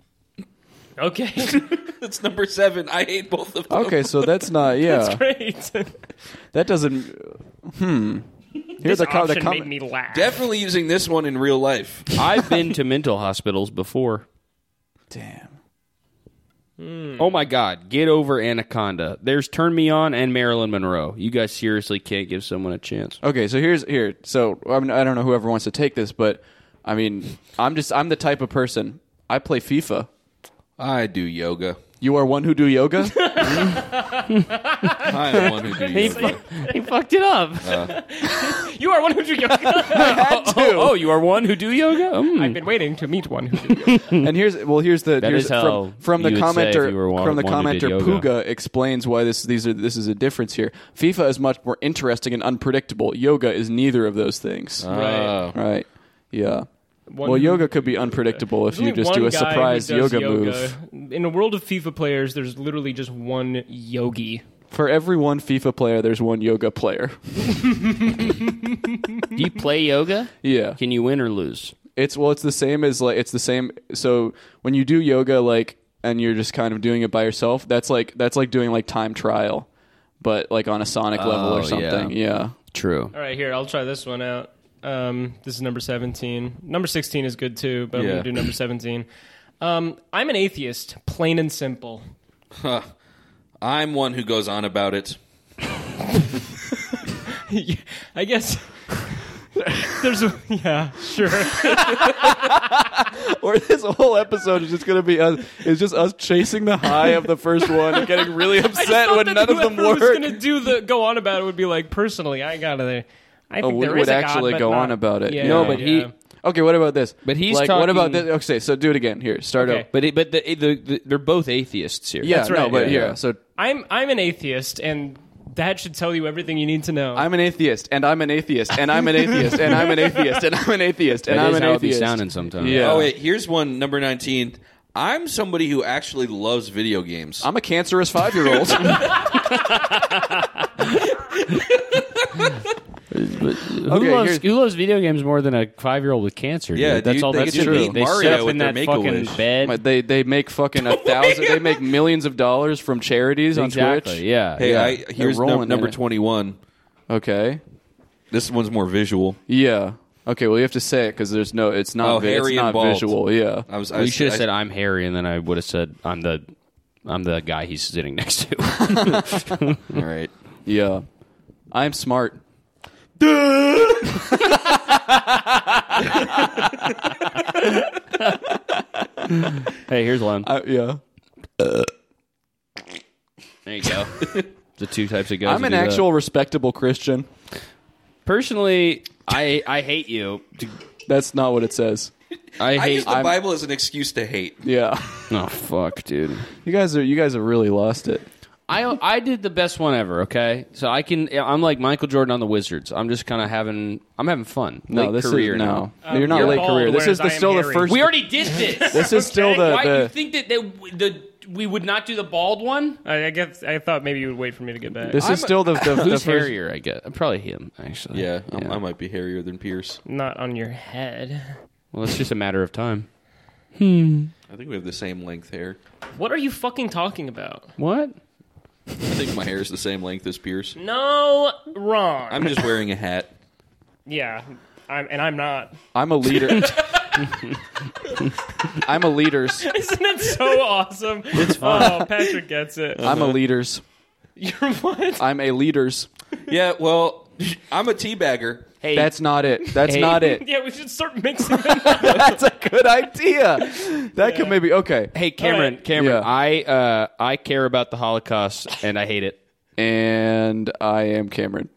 Speaker 5: Okay,
Speaker 6: That's number seven. I hate both of them.
Speaker 4: Okay, so that's not. Yeah,
Speaker 5: great.
Speaker 4: that doesn't. Hmm. Here's
Speaker 5: This
Speaker 4: the, co- the
Speaker 5: option made
Speaker 4: comment.
Speaker 5: me laugh.
Speaker 6: Definitely using this one in real life.
Speaker 3: I've been to mental hospitals before.
Speaker 4: Damn.
Speaker 3: Oh my God, get over Anaconda. There's Turn Me On and Marilyn Monroe. You guys seriously can't give someone a chance.
Speaker 4: Okay, so here's here. So I mean, I don't know whoever wants to take this, but I mean, I'm just I'm the type of person. I play FIFA.
Speaker 6: I do yoga.
Speaker 4: You are one who do yoga.
Speaker 6: I am one who do yoga.
Speaker 3: he fucked it up.
Speaker 5: You are one who do yoga.
Speaker 3: oh, oh, you are one who do yoga.
Speaker 4: Hmm.
Speaker 3: Mm.
Speaker 5: I've been waiting to meet one who do yoga.
Speaker 4: and here's well, here's the
Speaker 3: That
Speaker 4: here's
Speaker 3: is how
Speaker 4: from, from the
Speaker 3: you would say if
Speaker 4: commenter
Speaker 3: you were one-
Speaker 4: from the
Speaker 3: one who did
Speaker 4: commenter
Speaker 3: yoga.
Speaker 4: Puga explains why this these are this is a difference here. FIFA is much more interesting and unpredictable. Yoga is neither of those things.
Speaker 3: Uh.
Speaker 6: Oh.
Speaker 4: Right? Yeah.
Speaker 5: One
Speaker 4: well,
Speaker 5: who-
Speaker 4: yoga could be unpredictable if
Speaker 5: There's
Speaker 4: you
Speaker 5: only
Speaker 4: just do
Speaker 5: one
Speaker 4: a
Speaker 5: guy who
Speaker 4: surprise
Speaker 5: does
Speaker 4: yoga, move.
Speaker 5: In a world of FIFA players, there's literally just one yogi.
Speaker 4: For every one FIFA player, there's one yoga player.
Speaker 3: Do you play yoga?
Speaker 4: Yeah.
Speaker 3: Can you win or lose?
Speaker 4: It's well, it's the same as like it's the same. So when you do yoga, like, and you're just kind of doing it by yourself, that's like that's like doing like time trial, but like on a sonic level
Speaker 6: Oh,
Speaker 4: or
Speaker 6: yeah.
Speaker 4: something. Yeah.
Speaker 6: True.
Speaker 5: All right, here I'll try this one out. Um, this is number seventeen. Number sixteen is good too, but I'm
Speaker 6: Yeah.
Speaker 5: gonna do number seventeen. Um, I'm an atheist, plain and simple.
Speaker 6: I'm one who goes on about it.
Speaker 5: I guess there's a yeah, sure.
Speaker 4: Or this whole episode is just gonna be us. It's just us chasing the high of the first one and getting really upset when none of them
Speaker 5: whoever
Speaker 4: work.
Speaker 5: was gonna do the go on about it would be like personally, I gotta. I think
Speaker 4: we
Speaker 5: there
Speaker 4: Oh, would
Speaker 5: is a God,
Speaker 4: actually
Speaker 5: but
Speaker 4: go
Speaker 5: not-
Speaker 4: on about it.
Speaker 5: Yeah,
Speaker 4: no, but he.
Speaker 5: yeah.
Speaker 4: Okay, what about this?
Speaker 3: But he's
Speaker 4: like, what about
Speaker 3: talking-
Speaker 4: this? Okay, so do it again. Here, start
Speaker 5: Okay.
Speaker 4: over.
Speaker 3: But it, but the, the, the, they're both atheists here.
Speaker 4: Yeah,
Speaker 5: That's
Speaker 4: no,
Speaker 5: right,
Speaker 4: but
Speaker 5: yeah.
Speaker 4: yeah. So
Speaker 5: I'm I'm an atheist, and that should tell you everything you need to know.
Speaker 4: I'm an atheist, and I'm an atheist, and I'm an atheist, and I'm an atheist, and I'm an atheist, and
Speaker 3: That
Speaker 4: I'm
Speaker 3: is
Speaker 4: an
Speaker 3: how it be
Speaker 4: atheist.
Speaker 3: sounding sometimes.
Speaker 4: Yeah.
Speaker 6: Oh wait, here's one number nineteen. I'm somebody who actually loves video games.
Speaker 4: I'm a cancerous five year old. okay,
Speaker 3: Who, loves,
Speaker 4: here's-
Speaker 3: who loves video games more than a five year old with cancer? dude?
Speaker 6: Yeah, do
Speaker 3: that's
Speaker 6: you
Speaker 3: all
Speaker 6: think
Speaker 3: that's
Speaker 6: it's
Speaker 3: true.
Speaker 6: gonna be
Speaker 3: They
Speaker 6: Mario
Speaker 3: sit up
Speaker 6: with
Speaker 3: in
Speaker 6: their
Speaker 3: that
Speaker 6: Make-A-Wish?
Speaker 3: fucking bed.
Speaker 4: but they they make fucking a thousand, they make millions of dollars from charities
Speaker 3: exactly.
Speaker 4: on Twitch.
Speaker 3: Yeah.
Speaker 6: hey,
Speaker 4: yeah,
Speaker 6: I,
Speaker 4: they're
Speaker 6: here's num-
Speaker 4: rolling in
Speaker 6: number
Speaker 4: it.
Speaker 6: twenty one.
Speaker 4: Okay.
Speaker 6: This one's more visual.
Speaker 4: Yeah. Okay. Well, you have to say it because there's no. It's not.
Speaker 6: Oh,
Speaker 4: vi- it's
Speaker 6: hairy and
Speaker 4: not
Speaker 6: bald.
Speaker 4: visual. Yeah.
Speaker 6: I was. I
Speaker 3: we
Speaker 6: was-
Speaker 3: should have
Speaker 6: I-
Speaker 3: said I'm Harry, and then I would have said I'm the I'm the guy he's sitting next to.
Speaker 6: All right.
Speaker 4: Yeah. I'm smart.
Speaker 3: hey, here's one.
Speaker 4: I, yeah.
Speaker 3: There you go. the two types of guys.
Speaker 4: I'm
Speaker 3: that
Speaker 4: an
Speaker 3: do that.
Speaker 4: actual respectable Christian.
Speaker 3: Personally, I I hate you.
Speaker 4: That's not what it says.
Speaker 3: I
Speaker 6: I
Speaker 3: hate.
Speaker 6: use the Bible as an excuse to hate.
Speaker 4: Yeah.
Speaker 3: oh fuck, dude.
Speaker 4: You guys are. You guys have really lost it.
Speaker 3: I I did the best one ever. Okay, so I can. I'm like Michael Jordan on the Wizards. I'm just kind of having. I'm having fun.
Speaker 4: No,
Speaker 3: Late
Speaker 4: this
Speaker 3: career
Speaker 4: is
Speaker 3: now.
Speaker 4: no. you're not
Speaker 5: you're
Speaker 4: late
Speaker 5: bald,
Speaker 4: career. This
Speaker 5: whereas
Speaker 4: is
Speaker 5: I
Speaker 4: the,
Speaker 5: am
Speaker 4: still the
Speaker 5: hairy.
Speaker 4: first.
Speaker 3: We already did this.
Speaker 4: This is still the.
Speaker 3: Why do you
Speaker 4: the
Speaker 3: think that they, the we would not do the bald one?
Speaker 5: I, I guess I thought maybe you would wait for me to get back.
Speaker 4: this is still the. the, the
Speaker 3: Who's
Speaker 4: first,
Speaker 3: hairier? I guess probably him. Actually,
Speaker 6: Yeah, I'm- I might be hairier than Pierce.
Speaker 5: Not on your head.
Speaker 3: Well, it's just a matter of time.
Speaker 6: I think we have the same length hair.
Speaker 5: What are you fucking talking about?
Speaker 3: What?
Speaker 6: I think my hair is the same length as Pierce.
Speaker 5: No, wrong.
Speaker 6: I'm just wearing a hat.
Speaker 5: yeah, I'm, and I'm not.
Speaker 4: I'm a leader. I'm a leaders.
Speaker 5: Isn't it so awesome? It's Uh, fun. Oh, Patrick gets it.
Speaker 4: I'm a leaders.
Speaker 5: You're what?
Speaker 4: I'm a leaders.
Speaker 6: Yeah, well, I'm a teabagger.
Speaker 3: Hey,
Speaker 4: That's not it. That's
Speaker 3: Hey.
Speaker 4: not it.
Speaker 5: Yeah, we should start mixing them. up.
Speaker 4: That's a good idea. That could maybe okay.
Speaker 3: hey, Cameron.
Speaker 5: Alright.
Speaker 4: Yeah.
Speaker 3: Cameron, I uh, I care about the Holocaust and I hate it.
Speaker 4: And I am Cameron.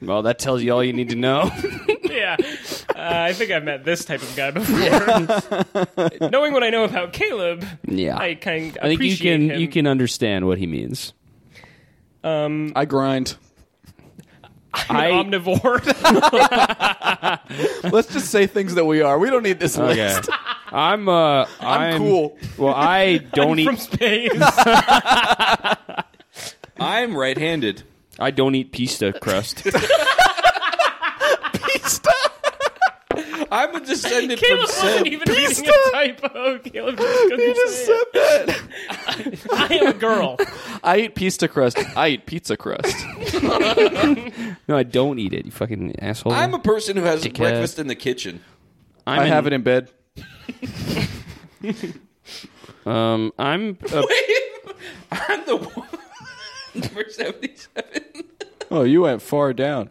Speaker 3: Well, that tells you all you need to know.
Speaker 5: yeah, uh, I think I've met this type of guy before. Knowing what I know about Caleb,
Speaker 3: yeah,
Speaker 5: I kind of
Speaker 3: I think you
Speaker 5: appreciate
Speaker 3: can
Speaker 5: him.
Speaker 3: you can understand what he means.
Speaker 4: I grind.
Speaker 5: I'm an omnivore.
Speaker 4: Let's just say things that we are. We don't need this
Speaker 3: Okay.
Speaker 4: list.
Speaker 3: I'm uh I'm,
Speaker 4: cool.
Speaker 3: Well, I don't
Speaker 5: from
Speaker 3: eat
Speaker 5: space.
Speaker 6: I'm right-handed.
Speaker 3: I don't eat pista crust.
Speaker 6: I'm a descendant
Speaker 5: Caleb
Speaker 6: from
Speaker 5: wasn't
Speaker 6: Seth.
Speaker 5: even reading a typo. Caleb just couldn't
Speaker 4: just
Speaker 5: say
Speaker 4: said
Speaker 5: it.
Speaker 4: that.
Speaker 5: I am a girl.
Speaker 4: I eat pizza crust. I eat pizza crust.
Speaker 3: no, I don't eat it. You fucking asshole.
Speaker 6: I'm a person who has
Speaker 3: Dickhead.
Speaker 6: breakfast in the kitchen.
Speaker 3: I'm
Speaker 4: I
Speaker 3: an-
Speaker 4: have it in bed.
Speaker 3: Um, I'm a
Speaker 6: I'm the one. Number 77.
Speaker 4: Oh, you went far down.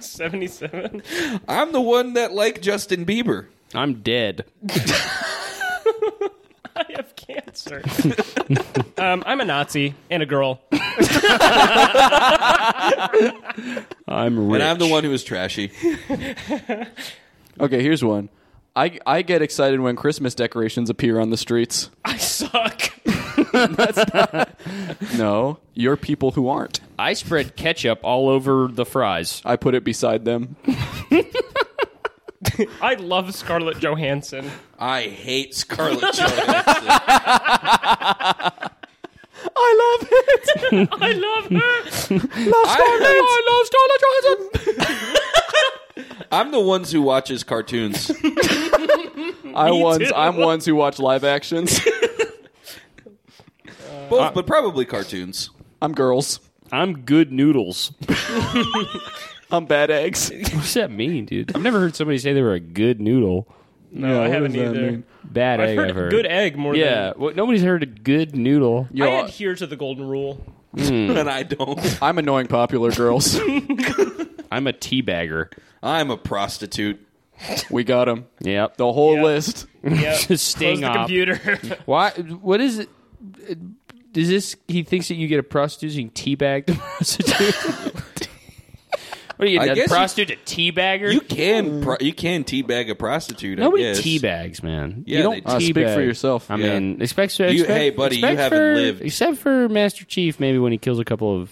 Speaker 5: 77.
Speaker 6: I'm the one that like Justin Bieber.
Speaker 3: I'm dead.
Speaker 5: answer. um, I'm a Nazi and a girl.
Speaker 3: I'm rich.
Speaker 6: And I'm the one who is trashy.
Speaker 4: Okay, here's one. I, I get excited when Christmas decorations appear on the streets.
Speaker 5: I suck.
Speaker 4: No, you're people who aren't.
Speaker 3: I spread ketchup all over the fries.
Speaker 4: I put it beside them.
Speaker 5: I love Scarlett Johansson.
Speaker 6: I hate Scarlett Johansson.
Speaker 4: I love it.
Speaker 5: I love her.
Speaker 6: I, love Scarlett Johansson. I'm the ones who watches cartoons.
Speaker 4: I ones
Speaker 5: too.
Speaker 4: I'm ones who watch live actions.
Speaker 6: Both, but probably cartoons.
Speaker 4: I'm girls.
Speaker 3: I'm good noodles.
Speaker 4: I'm bad eggs.
Speaker 3: What does that mean, dude? I've never heard somebody say they were a good noodle.
Speaker 5: No, I haven't either.
Speaker 3: Bad
Speaker 5: I've
Speaker 3: egg.
Speaker 5: heard,
Speaker 3: I've heard.
Speaker 5: good egg more
Speaker 3: Yeah. Well, nobody's heard a good noodle.
Speaker 5: than. I
Speaker 4: Yo,
Speaker 5: adhere to the golden rule.
Speaker 6: And I don't.
Speaker 4: I'm annoying popular girls.
Speaker 3: I'm a tea bagger.
Speaker 6: I'm a prostitute.
Speaker 4: we got them.
Speaker 3: Yep.
Speaker 4: The whole
Speaker 5: Yeah.
Speaker 4: list.
Speaker 5: Yeah. Close
Speaker 3: Sting
Speaker 5: the
Speaker 3: up.
Speaker 5: computer.
Speaker 3: Why? What is it? Does this? He thinks that you get a prostitute so you can teabag the prostitute. what are you?
Speaker 6: I
Speaker 3: A
Speaker 6: guess you-
Speaker 3: prostitute a teabagger?
Speaker 6: You can pro- you can teabag a prostitute.
Speaker 3: Nobody
Speaker 6: I guess.
Speaker 3: teabags, man.
Speaker 6: Yeah,
Speaker 3: you don't
Speaker 6: they do. Uh,
Speaker 4: speak for
Speaker 3: teabag.
Speaker 4: yourself.
Speaker 3: I
Speaker 6: Yeah.
Speaker 3: mean, expect, expect,
Speaker 6: You- hey, buddy, you
Speaker 3: expect
Speaker 6: haven't
Speaker 3: for-
Speaker 6: lived.
Speaker 3: Except for Master Chief, maybe when he kills a couple of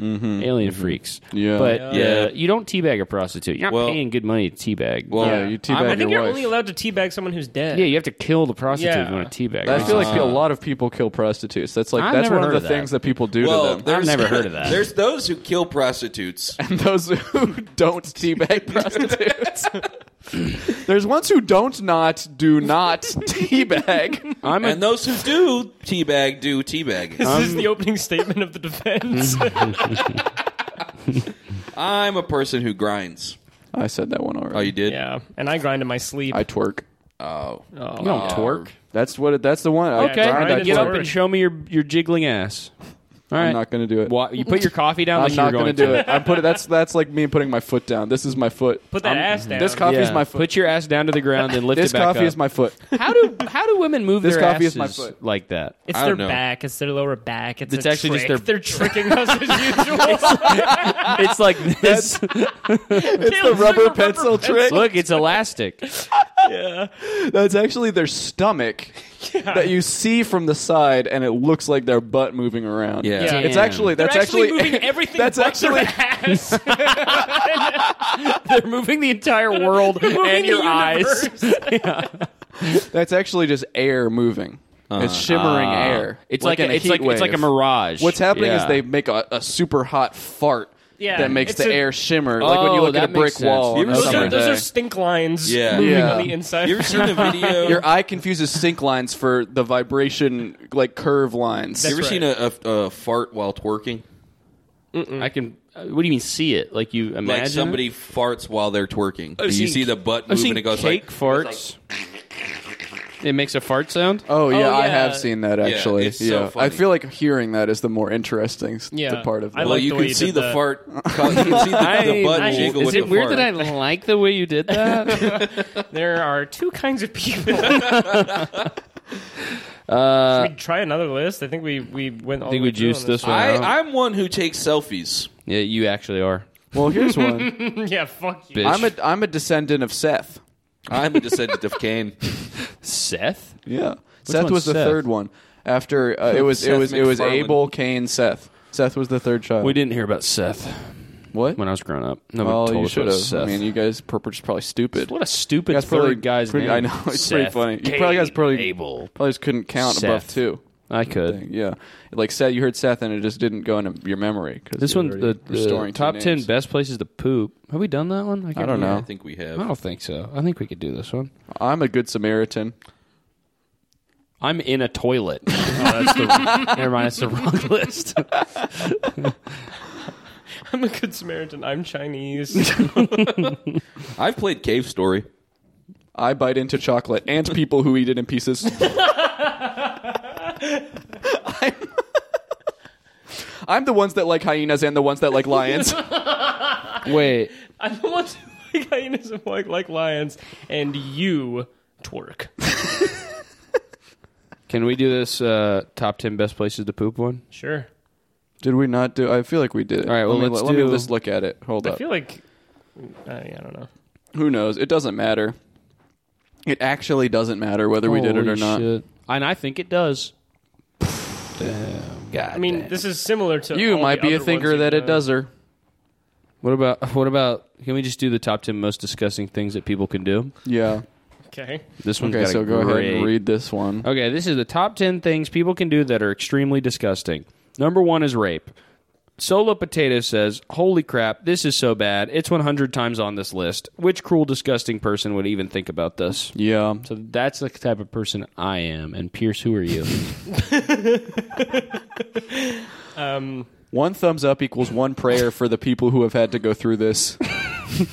Speaker 3: alien freaks.
Speaker 4: Yeah.
Speaker 3: But
Speaker 6: Mm-hmm. Yeah.
Speaker 3: Uh, you don't teabag a prostitute. You're not
Speaker 6: Well-
Speaker 3: paying good money to teabag.
Speaker 6: Well,
Speaker 4: Yeah, you teabag
Speaker 6: I'm-
Speaker 5: Um, I think
Speaker 4: your
Speaker 5: you're
Speaker 4: wife.
Speaker 5: only allowed to teabag someone who's dead.
Speaker 3: yeah, you have to kill the prostitute if
Speaker 5: Yeah.
Speaker 3: you want to teabag.
Speaker 4: I
Speaker 3: her.
Speaker 4: feel like a lot of people kill prostitutes. That's like
Speaker 3: I've
Speaker 4: that's
Speaker 3: never
Speaker 4: one of
Speaker 3: heard
Speaker 4: the
Speaker 3: of that.
Speaker 4: things that people do
Speaker 6: Well,
Speaker 4: to them.
Speaker 6: there's-
Speaker 3: never heard of that.
Speaker 6: There's those who kill prostitutes.
Speaker 4: And those who don't teabag prostitutes. there's ones who don't not do not teabag.
Speaker 3: I'm a
Speaker 6: And those who do teabag do teabagging.
Speaker 5: This is the opening statement of the defense.
Speaker 6: I'm a person who grinds.
Speaker 4: I said that one already.
Speaker 6: Oh, you did?
Speaker 5: yeah, and I grind in my sleep.
Speaker 4: I twerk.
Speaker 6: Oh.
Speaker 3: you don't twerk.
Speaker 4: That's what. It, that's the one. I
Speaker 3: Okay,
Speaker 5: Yeah,
Speaker 4: grind, I
Speaker 5: grind
Speaker 3: get
Speaker 5: is
Speaker 3: up
Speaker 5: work.
Speaker 3: and show me your your jiggling ass. All right,
Speaker 4: I'm not gonna do it.
Speaker 3: Why- you put your coffee
Speaker 4: I'm
Speaker 3: down. like you were
Speaker 4: not gonna
Speaker 3: going
Speaker 4: do
Speaker 3: to.
Speaker 4: it. I'm putting that's that's like me putting my foot down. This is my foot.
Speaker 5: Put that ass down.
Speaker 4: This coffee is
Speaker 3: Yeah.
Speaker 4: my foot.
Speaker 3: Put your ass down to the ground and lift
Speaker 4: This
Speaker 3: it back
Speaker 4: coffee
Speaker 3: up.
Speaker 4: is my foot.
Speaker 3: How do how do women move
Speaker 4: This
Speaker 3: their
Speaker 4: coffee is my
Speaker 3: asses
Speaker 4: foot.
Speaker 3: like that?
Speaker 5: It's
Speaker 6: I
Speaker 5: their
Speaker 6: don't know.
Speaker 5: back. It's their lower back. It's,
Speaker 3: It's
Speaker 5: a
Speaker 3: actually just
Speaker 5: trick.
Speaker 3: their-
Speaker 5: They're tricking us as usual.
Speaker 3: It's like
Speaker 5: it's
Speaker 3: this.
Speaker 4: the rubber pencil trick.
Speaker 3: Look, it's elastic.
Speaker 4: That's actually their stomach that you see from the side, and it looks like their butt moving around.
Speaker 6: Yeah.
Speaker 5: Yeah.
Speaker 4: It's actually
Speaker 5: They're
Speaker 4: that's
Speaker 5: actually,
Speaker 4: actually
Speaker 5: moving everything.
Speaker 4: that's
Speaker 5: but
Speaker 4: actually-
Speaker 5: their ass.
Speaker 3: They're moving the entire world and
Speaker 5: Moving
Speaker 3: your
Speaker 5: the
Speaker 3: eyes.
Speaker 5: universe.
Speaker 4: that's actually just air moving. It's shimmering
Speaker 3: Ah.
Speaker 4: air.
Speaker 3: It's like,
Speaker 4: Ah. in
Speaker 3: a, it's
Speaker 4: heat
Speaker 3: like it's like a
Speaker 4: wave.
Speaker 3: mirage.
Speaker 4: What's happening
Speaker 3: Yeah.
Speaker 4: is they make a, a super hot fart
Speaker 5: Yeah.
Speaker 4: that makes
Speaker 5: It's
Speaker 4: the
Speaker 5: a-
Speaker 4: air shimmer, like when you
Speaker 3: Oh,
Speaker 4: look at a
Speaker 3: that
Speaker 4: brick
Speaker 3: makes
Speaker 4: wall.
Speaker 3: sense.
Speaker 4: on a
Speaker 6: You ever
Speaker 5: Those
Speaker 4: summer
Speaker 5: are, those
Speaker 4: day.
Speaker 5: are stink lines
Speaker 6: Yeah.
Speaker 5: moving
Speaker 4: Yeah.
Speaker 5: on the inside.
Speaker 6: You ever seen the video?
Speaker 4: Your eye confuses sink lines for the vibration, like curve lines.
Speaker 6: you ever seen a, a, a fart while twerking?
Speaker 3: I can. uh, What do you mean? See it? Like you imagine?
Speaker 6: Like somebody farts while they're twerking.
Speaker 3: I've
Speaker 6: And you
Speaker 3: seen-
Speaker 6: see the butt
Speaker 3: I've
Speaker 6: move
Speaker 3: seen
Speaker 6: and it goes
Speaker 3: cake
Speaker 6: like.
Speaker 3: farts. It makes a fart sound.
Speaker 4: oh, yeah, I
Speaker 5: yeah.
Speaker 4: have seen that actually.
Speaker 6: it's so funny.
Speaker 4: I feel like hearing that is the more interesting s-
Speaker 5: Yeah.
Speaker 4: the part of
Speaker 5: I
Speaker 4: that.
Speaker 6: Well,
Speaker 5: like
Speaker 6: you
Speaker 5: the way
Speaker 6: can
Speaker 5: you
Speaker 6: see
Speaker 5: did
Speaker 6: the
Speaker 5: that.
Speaker 6: fart. You can see the, the butt
Speaker 5: I-
Speaker 6: jiggle
Speaker 3: is
Speaker 6: with
Speaker 3: it
Speaker 6: the
Speaker 3: weird
Speaker 6: fart.
Speaker 3: that I like the way you did that?
Speaker 5: There are two kinds of people. Should we try another list? I think we we went. All
Speaker 3: think
Speaker 5: the
Speaker 3: we
Speaker 5: way through on
Speaker 3: juiced this one.
Speaker 6: I, I'm one who takes selfies.
Speaker 3: yeah, you actually are.
Speaker 4: well, here's one.
Speaker 5: yeah, fuck you.
Speaker 3: Bitch.
Speaker 4: I'm a I'm a descendant of Seth.
Speaker 6: I'm a descendant of Cain.
Speaker 3: Seth.
Speaker 4: Yeah, Seth
Speaker 3: one's
Speaker 4: was the
Speaker 3: Seth?
Speaker 4: third one. After uh, it was it
Speaker 6: Seth
Speaker 4: was it was
Speaker 6: MacFarlane.
Speaker 4: Abel, Cain, Seth. Seth was the third child.
Speaker 3: We didn't hear about Seth
Speaker 4: what?
Speaker 3: when I was growing up. No
Speaker 4: well,
Speaker 3: one told
Speaker 4: you
Speaker 3: us
Speaker 4: should
Speaker 3: about
Speaker 4: have.
Speaker 3: Seth.
Speaker 4: I mean, you guys were just probably stupid.
Speaker 3: what a stupid
Speaker 4: That's
Speaker 3: third
Speaker 4: probably
Speaker 3: guy's
Speaker 4: pretty-
Speaker 3: name.
Speaker 4: I know, it's pretty
Speaker 3: Seth,
Speaker 4: funny. You probably guys
Speaker 3: Cain,
Speaker 4: probably-
Speaker 3: Abel.
Speaker 4: Probably just couldn't count above
Speaker 3: Seth.
Speaker 4: two.
Speaker 3: I could.
Speaker 4: Yeah, like Seth, you heard Seth, and it just didn't go into your memory. 'cause
Speaker 3: This
Speaker 4: you
Speaker 3: one,
Speaker 4: already
Speaker 3: the, the
Speaker 4: restoring two
Speaker 3: top ten
Speaker 4: names.
Speaker 3: best places to poop. Have we done that one? can't
Speaker 4: I don't
Speaker 3: remember.
Speaker 6: I
Speaker 4: know.
Speaker 6: think we
Speaker 3: I
Speaker 6: have.
Speaker 3: don't think so. I think we could do this one.
Speaker 4: I'm a good Samaritan.
Speaker 3: I'm in a toilet. oh, that's the, never mind. That's the wrong list.
Speaker 5: I'm a good Samaritan. I'm Chinese.
Speaker 6: I've played Cave Story.
Speaker 4: I bite into chocolate and people who eat it in pieces. I'm- I'm the ones that like hyenas and the ones that like lions.
Speaker 3: Wait,
Speaker 5: I'm the one who like hyenas and like, like lions, and you twerk.
Speaker 3: Can we do this uh, top ten best places to poop one?
Speaker 5: Sure.
Speaker 4: Did we not do? I feel like we did.
Speaker 3: All right, well,
Speaker 4: let me,
Speaker 3: let's
Speaker 4: let
Speaker 3: do-
Speaker 4: me just look at it. Hold
Speaker 5: I
Speaker 4: up.
Speaker 5: feel like I, I don't know.
Speaker 4: Who knows? It doesn't matter. It actually doesn't matter whether we did it or
Speaker 3: Holy
Speaker 4: not.
Speaker 3: shit. And I think it does.
Speaker 5: I mean, this is similar to
Speaker 4: You
Speaker 5: all
Speaker 4: might
Speaker 5: the
Speaker 4: be a
Speaker 5: other
Speaker 4: thinker
Speaker 5: ones
Speaker 4: that
Speaker 5: you've
Speaker 4: it
Speaker 5: done.
Speaker 4: does-er.
Speaker 3: What about what about? Can we just do the top ten most disgusting things that people can do?
Speaker 4: Yeah.
Speaker 5: Okay.
Speaker 3: This one's
Speaker 4: Okay,
Speaker 3: got a
Speaker 4: so go ahead and
Speaker 3: great-
Speaker 4: read this one.
Speaker 3: Okay, this is the top 10 things people can do that are extremely disgusting. Number one is rape. Solo Potato says, Holy crap, this is so bad. It's 100 times on this list. Which cruel, disgusting person would even think about this?
Speaker 4: Yeah.
Speaker 3: So that's the type of person I am. And Pierce, who are you?
Speaker 4: One thumbs up equals one prayer for the people who have had to go through this.
Speaker 3: You-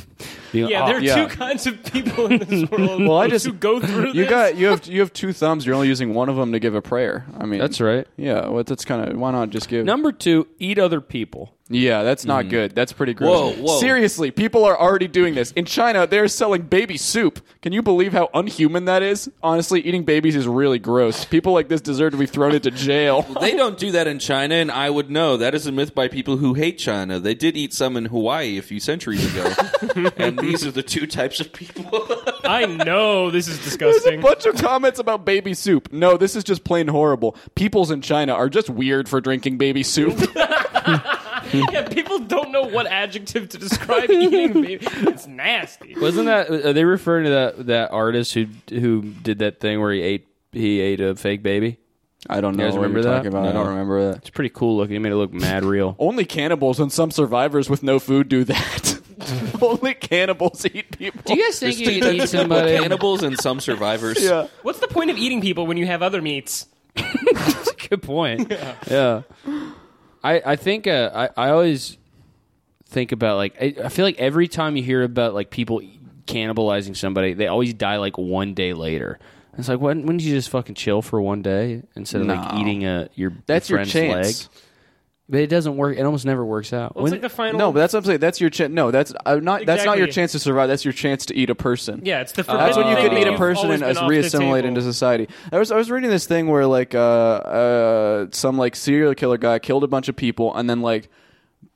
Speaker 5: Yeah,
Speaker 3: oh,
Speaker 5: there are
Speaker 4: Ah, yeah.
Speaker 5: two kinds of people in this world.
Speaker 4: Well, I just-
Speaker 5: who go through.
Speaker 4: You
Speaker 5: this.
Speaker 4: got you have you have two thumbs. You're only using one of them to give a prayer. I mean,
Speaker 3: that's right.
Speaker 4: Yeah, well, that's kind of why not just give.
Speaker 3: Number two, eat other people.
Speaker 4: Yeah, that's not
Speaker 3: Hmm.
Speaker 4: good. That's pretty gross.
Speaker 6: Whoa, whoa.
Speaker 4: Seriously, people are already doing this. In China, they're selling baby soup. Can you believe how unhuman that is? Honestly, eating babies is really gross. People like this deserve to be thrown into jail.
Speaker 6: They don't do that in China, and I would know. That is a myth by people who hate China. They did eat some in Hawaii a few centuries ago. and these are the two types of people.
Speaker 5: I know this is
Speaker 4: There's a
Speaker 5: disgusting.
Speaker 4: bunch of comments about baby soup. No, this is just plain horrible. Peoples in China are just weird for drinking baby soup.
Speaker 5: yeah, people don't know what adjective to describe eating. Baby. It's nasty.
Speaker 3: Wasn't that, are they referring to that, that artist who who did that thing where he ate he ate a fake baby?
Speaker 4: I don't know
Speaker 3: guys remember that?
Speaker 4: I don't remember that.
Speaker 3: It's pretty cool looking. He made it look mad real.
Speaker 4: Only cannibals and some survivors with no food do that. Only cannibals eat people.
Speaker 3: Do you guys think you could eat somebody?
Speaker 6: Cannibals and some survivors.
Speaker 4: yeah.
Speaker 5: What's the point of eating people when you have other meats?
Speaker 3: good point. Yeah. I, I think uh, I, I always think about like I, I feel like every time you hear about like people cannibalizing somebody, they always die like one day later. It's like why wouldn't you just fucking chill for one day instead of like
Speaker 4: No.
Speaker 3: eating a your
Speaker 4: That's your
Speaker 3: friend's
Speaker 4: chance.
Speaker 3: leg? But it doesn't work. It almost never works out.
Speaker 5: Well, it's like
Speaker 3: When-
Speaker 5: the final.
Speaker 4: No, but that's what I'm saying. That's your chance. No, that's i not. That's not your
Speaker 5: Exactly.
Speaker 4: chance to survive. That's your chance to eat a person. Uh,
Speaker 5: yeah, it's the.
Speaker 4: That's when you
Speaker 5: forbidden
Speaker 4: could
Speaker 5: thing
Speaker 4: eat
Speaker 5: that
Speaker 4: a
Speaker 5: you've
Speaker 4: person
Speaker 5: always
Speaker 4: and
Speaker 5: been
Speaker 4: as
Speaker 5: off the
Speaker 4: reassimilate
Speaker 5: table.
Speaker 4: into society. I was I was reading this thing where like uh, uh some like serial killer guy killed a bunch of people and then like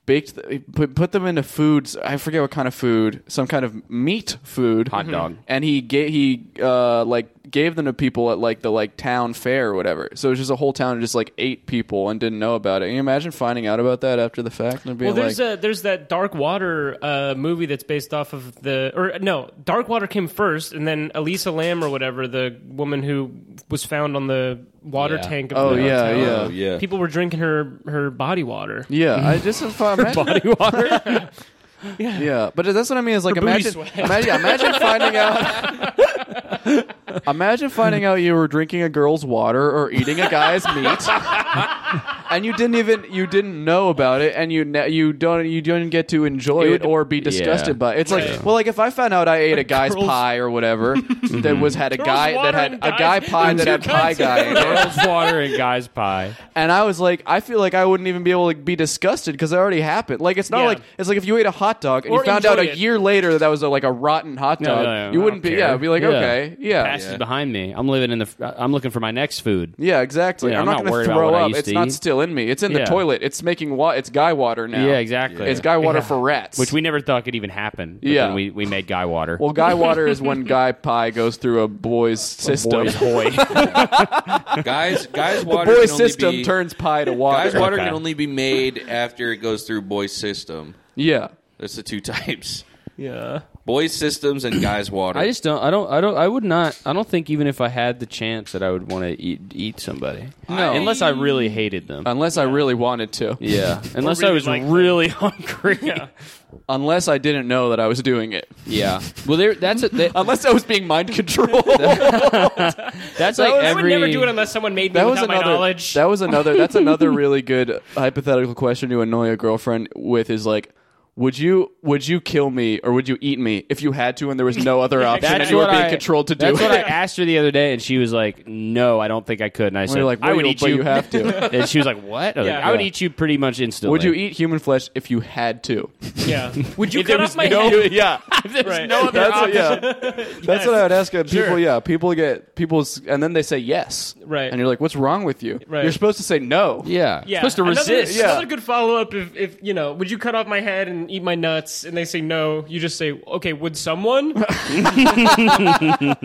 Speaker 4: baked th- put put them into foods. I forget what kind of food, some kind of meat food, Mm-hmm.
Speaker 3: Hot dog.
Speaker 4: and he gave he uh like gave them to people at like the like town fair or whatever. So it was just a whole town of just like eight people and didn't know about it. Can you imagine finding out about that after the fact and being
Speaker 5: Well, there's
Speaker 4: like,
Speaker 5: a, there's that Dark Water uh, movie that's based off of the or no Dark Water came first, and then Elisa Lamb or whatever the woman who was found on the water
Speaker 3: Yeah.
Speaker 5: tank. Of
Speaker 4: Oh,
Speaker 5: the
Speaker 4: yeah,
Speaker 5: hotel.
Speaker 4: yeah.
Speaker 6: Oh, yeah.
Speaker 5: People were drinking her her body water.
Speaker 4: yeah, I just imagine
Speaker 3: body water.
Speaker 4: Yeah, but that's what I mean. Is like
Speaker 5: booty
Speaker 4: imagine,
Speaker 5: sweat.
Speaker 4: imagine, yeah, imagine finding out. imagine finding out you were drinking a girl's water or eating a guy's meat, and you didn't even you didn't know about it, and you ne- you don't you don't get to enjoy it or be disgusted
Speaker 3: yeah.
Speaker 4: by it. It's like well, like if I found out I ate a guy's
Speaker 5: girl's-
Speaker 4: pie or whatever that was had a guy that
Speaker 5: water
Speaker 4: had
Speaker 5: and
Speaker 4: a guy
Speaker 5: guys-
Speaker 4: pie that
Speaker 5: two
Speaker 4: had pie
Speaker 5: kinds of-
Speaker 4: guy in it,
Speaker 3: Girls water and guys pie.
Speaker 4: and I was like, I feel like I wouldn't even be able to be disgusted because it already happened. Like it's not
Speaker 5: Yeah.
Speaker 4: like it's like if you ate a hot dog and
Speaker 5: Or
Speaker 4: you found out
Speaker 5: enjoy
Speaker 4: a
Speaker 5: it.
Speaker 4: year later that that was a, like a rotten hot
Speaker 3: No,
Speaker 4: dog,
Speaker 3: no, no,
Speaker 4: you
Speaker 3: I
Speaker 4: wouldn't be.
Speaker 3: don't
Speaker 4: Yeah,
Speaker 3: care.
Speaker 4: I'd be like,
Speaker 3: Yeah.
Speaker 4: okay, Oh, yeah,
Speaker 5: Pass-
Speaker 3: It's behind me. I'm living in the. I'm looking for my next food.
Speaker 4: yeah, exactly. I'm,
Speaker 3: Yeah, I'm
Speaker 4: not,
Speaker 3: not
Speaker 4: going
Speaker 3: worried
Speaker 4: to
Speaker 3: about
Speaker 4: throw
Speaker 3: what I
Speaker 4: up.
Speaker 3: used
Speaker 4: It's
Speaker 3: to
Speaker 4: not
Speaker 3: eat.
Speaker 4: still in me. It's in the
Speaker 3: Yeah.
Speaker 4: toilet. It's making wa- It's guy water now.
Speaker 3: Yeah, exactly.
Speaker 4: It's guy water
Speaker 5: Yeah.
Speaker 4: for rats.
Speaker 3: Which we never thought could even happen. but
Speaker 4: Yeah.
Speaker 3: then we we made guy water.
Speaker 4: well, guy water is when guy pie goes through a boy's system.
Speaker 6: Guys, guys
Speaker 4: the
Speaker 6: water
Speaker 4: boy
Speaker 6: can only
Speaker 4: system
Speaker 6: be-
Speaker 4: turns pie to water.
Speaker 6: Guys water
Speaker 3: Okay.
Speaker 6: can only be made after it goes through boy system.
Speaker 4: yeah.
Speaker 6: That's the two types.
Speaker 5: Yeah.
Speaker 6: Boys systems and guys water.
Speaker 3: I just don't. I don't. I don't. I would not. I don't think even if I had the chance that I would want to eat eat somebody.
Speaker 4: No.
Speaker 3: unless I really hated them.
Speaker 4: Unless I really wanted to.
Speaker 3: yeah, unless I
Speaker 5: really
Speaker 3: was
Speaker 5: like them.
Speaker 3: really hungry. Yeah.
Speaker 4: Unless I didn't know that I was doing it.
Speaker 3: Well, there. That's a, that,
Speaker 4: Unless I was being mind controlled.
Speaker 3: that's like
Speaker 5: I would
Speaker 3: every.
Speaker 5: never do it unless someone made me
Speaker 4: that was
Speaker 5: without my
Speaker 4: another
Speaker 5: knowledge.
Speaker 4: that was another that's another really good hypothetical question to annoy a girlfriend with is like Would you would you kill me or would you eat me if you had to and there was no other option
Speaker 3: That's
Speaker 4: and you were
Speaker 3: what
Speaker 4: being
Speaker 3: I,
Speaker 4: controlled to do
Speaker 3: That's
Speaker 4: it?
Speaker 3: what I asked her the other day, and she was like, "No, I don't think I could." And I said,
Speaker 4: you're like,
Speaker 3: "I would
Speaker 4: "Well,
Speaker 3: eat
Speaker 4: but
Speaker 3: you."
Speaker 4: you have to.
Speaker 3: and she was like, "What?" I, was like,
Speaker 5: Yeah.
Speaker 3: I would
Speaker 5: Yeah.
Speaker 3: eat you pretty much instantly.
Speaker 4: Would you eat human flesh if you had to?
Speaker 5: Yeah. Would you
Speaker 3: If there
Speaker 5: cut off
Speaker 3: was
Speaker 5: my
Speaker 3: no-
Speaker 5: head?
Speaker 4: yeah.
Speaker 3: There's
Speaker 5: Right.
Speaker 3: no other
Speaker 4: That's what,
Speaker 3: option.
Speaker 4: yeah. That's what I would ask uh, people. Yeah, people get people, s- and then they say yes,
Speaker 5: Right.
Speaker 4: And you're like, "What's wrong with you?
Speaker 5: Right.
Speaker 4: You're supposed to say no."
Speaker 3: Yeah.
Speaker 5: Yeah.
Speaker 3: Supposed to
Speaker 5: Another-
Speaker 3: resist.
Speaker 5: Another, good follow up if, if, you know, would you cut off my head and eat my nuts? And they say no. You just say, okay, would someone? would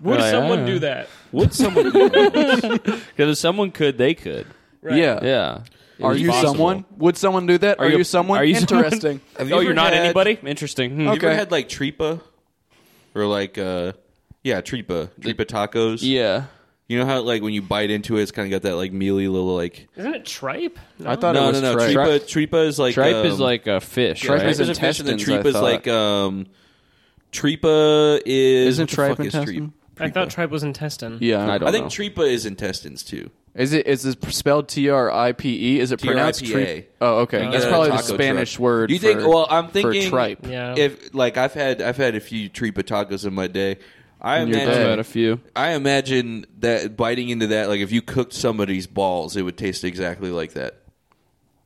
Speaker 3: Right,
Speaker 5: someone
Speaker 3: Oh, yeah.
Speaker 5: do that?
Speaker 3: Would someone Because if someone could, they could.
Speaker 5: Right.
Speaker 4: Yeah.
Speaker 3: Yeah.
Speaker 4: Are you someone? Would someone do that? Are, you, someone?
Speaker 3: are you someone?
Speaker 4: Interesting.
Speaker 6: Have
Speaker 3: Oh, you're
Speaker 6: ever
Speaker 3: not
Speaker 6: had-
Speaker 3: anybody? Interesting. Hmm.
Speaker 6: Have you
Speaker 4: Okay.
Speaker 6: ever had like tripa or like uh yeah tripa tripa tacos?
Speaker 3: Yeah.
Speaker 6: You know how like when you bite into it, it's kind of got that like mealy little like.
Speaker 5: Isn't it tripe?
Speaker 4: I thought it
Speaker 6: No, no,
Speaker 4: was
Speaker 6: no.
Speaker 4: tripe.
Speaker 6: Tripa, tripa is like
Speaker 3: Tripe is
Speaker 6: um,
Speaker 3: like a fish.
Speaker 6: yeah,
Speaker 3: right?
Speaker 4: tripe is
Speaker 6: a fish, and then
Speaker 4: intestines, I
Speaker 6: Tripa is
Speaker 4: thought.
Speaker 6: like um. Tripa is
Speaker 4: Isn't
Speaker 6: what the
Speaker 4: tripe
Speaker 6: fuck is
Speaker 4: intestine?
Speaker 6: tripe?
Speaker 5: I thought tripe was intestine.
Speaker 4: Yeah,
Speaker 3: I don't
Speaker 6: I think
Speaker 3: know.
Speaker 6: tripa is intestines too.
Speaker 4: Is it is this spelled T R I P E? Is it pronounced
Speaker 6: T.R.I.P.A..
Speaker 4: tripe? Oh, okay. That's
Speaker 6: Uh,
Speaker 4: probably the
Speaker 6: taco
Speaker 4: Spanish
Speaker 6: truck.
Speaker 4: word.
Speaker 6: You think?
Speaker 4: for-
Speaker 6: well, I'm
Speaker 4: for
Speaker 6: thinking
Speaker 4: tripe.
Speaker 5: Yeah.
Speaker 6: If like I've had I've had a few tripa tacos in my day. I
Speaker 4: you're
Speaker 6: imagine
Speaker 4: dead.
Speaker 3: About a few.
Speaker 6: I imagine that biting into that, like if you cooked somebody's balls, it would taste exactly like that.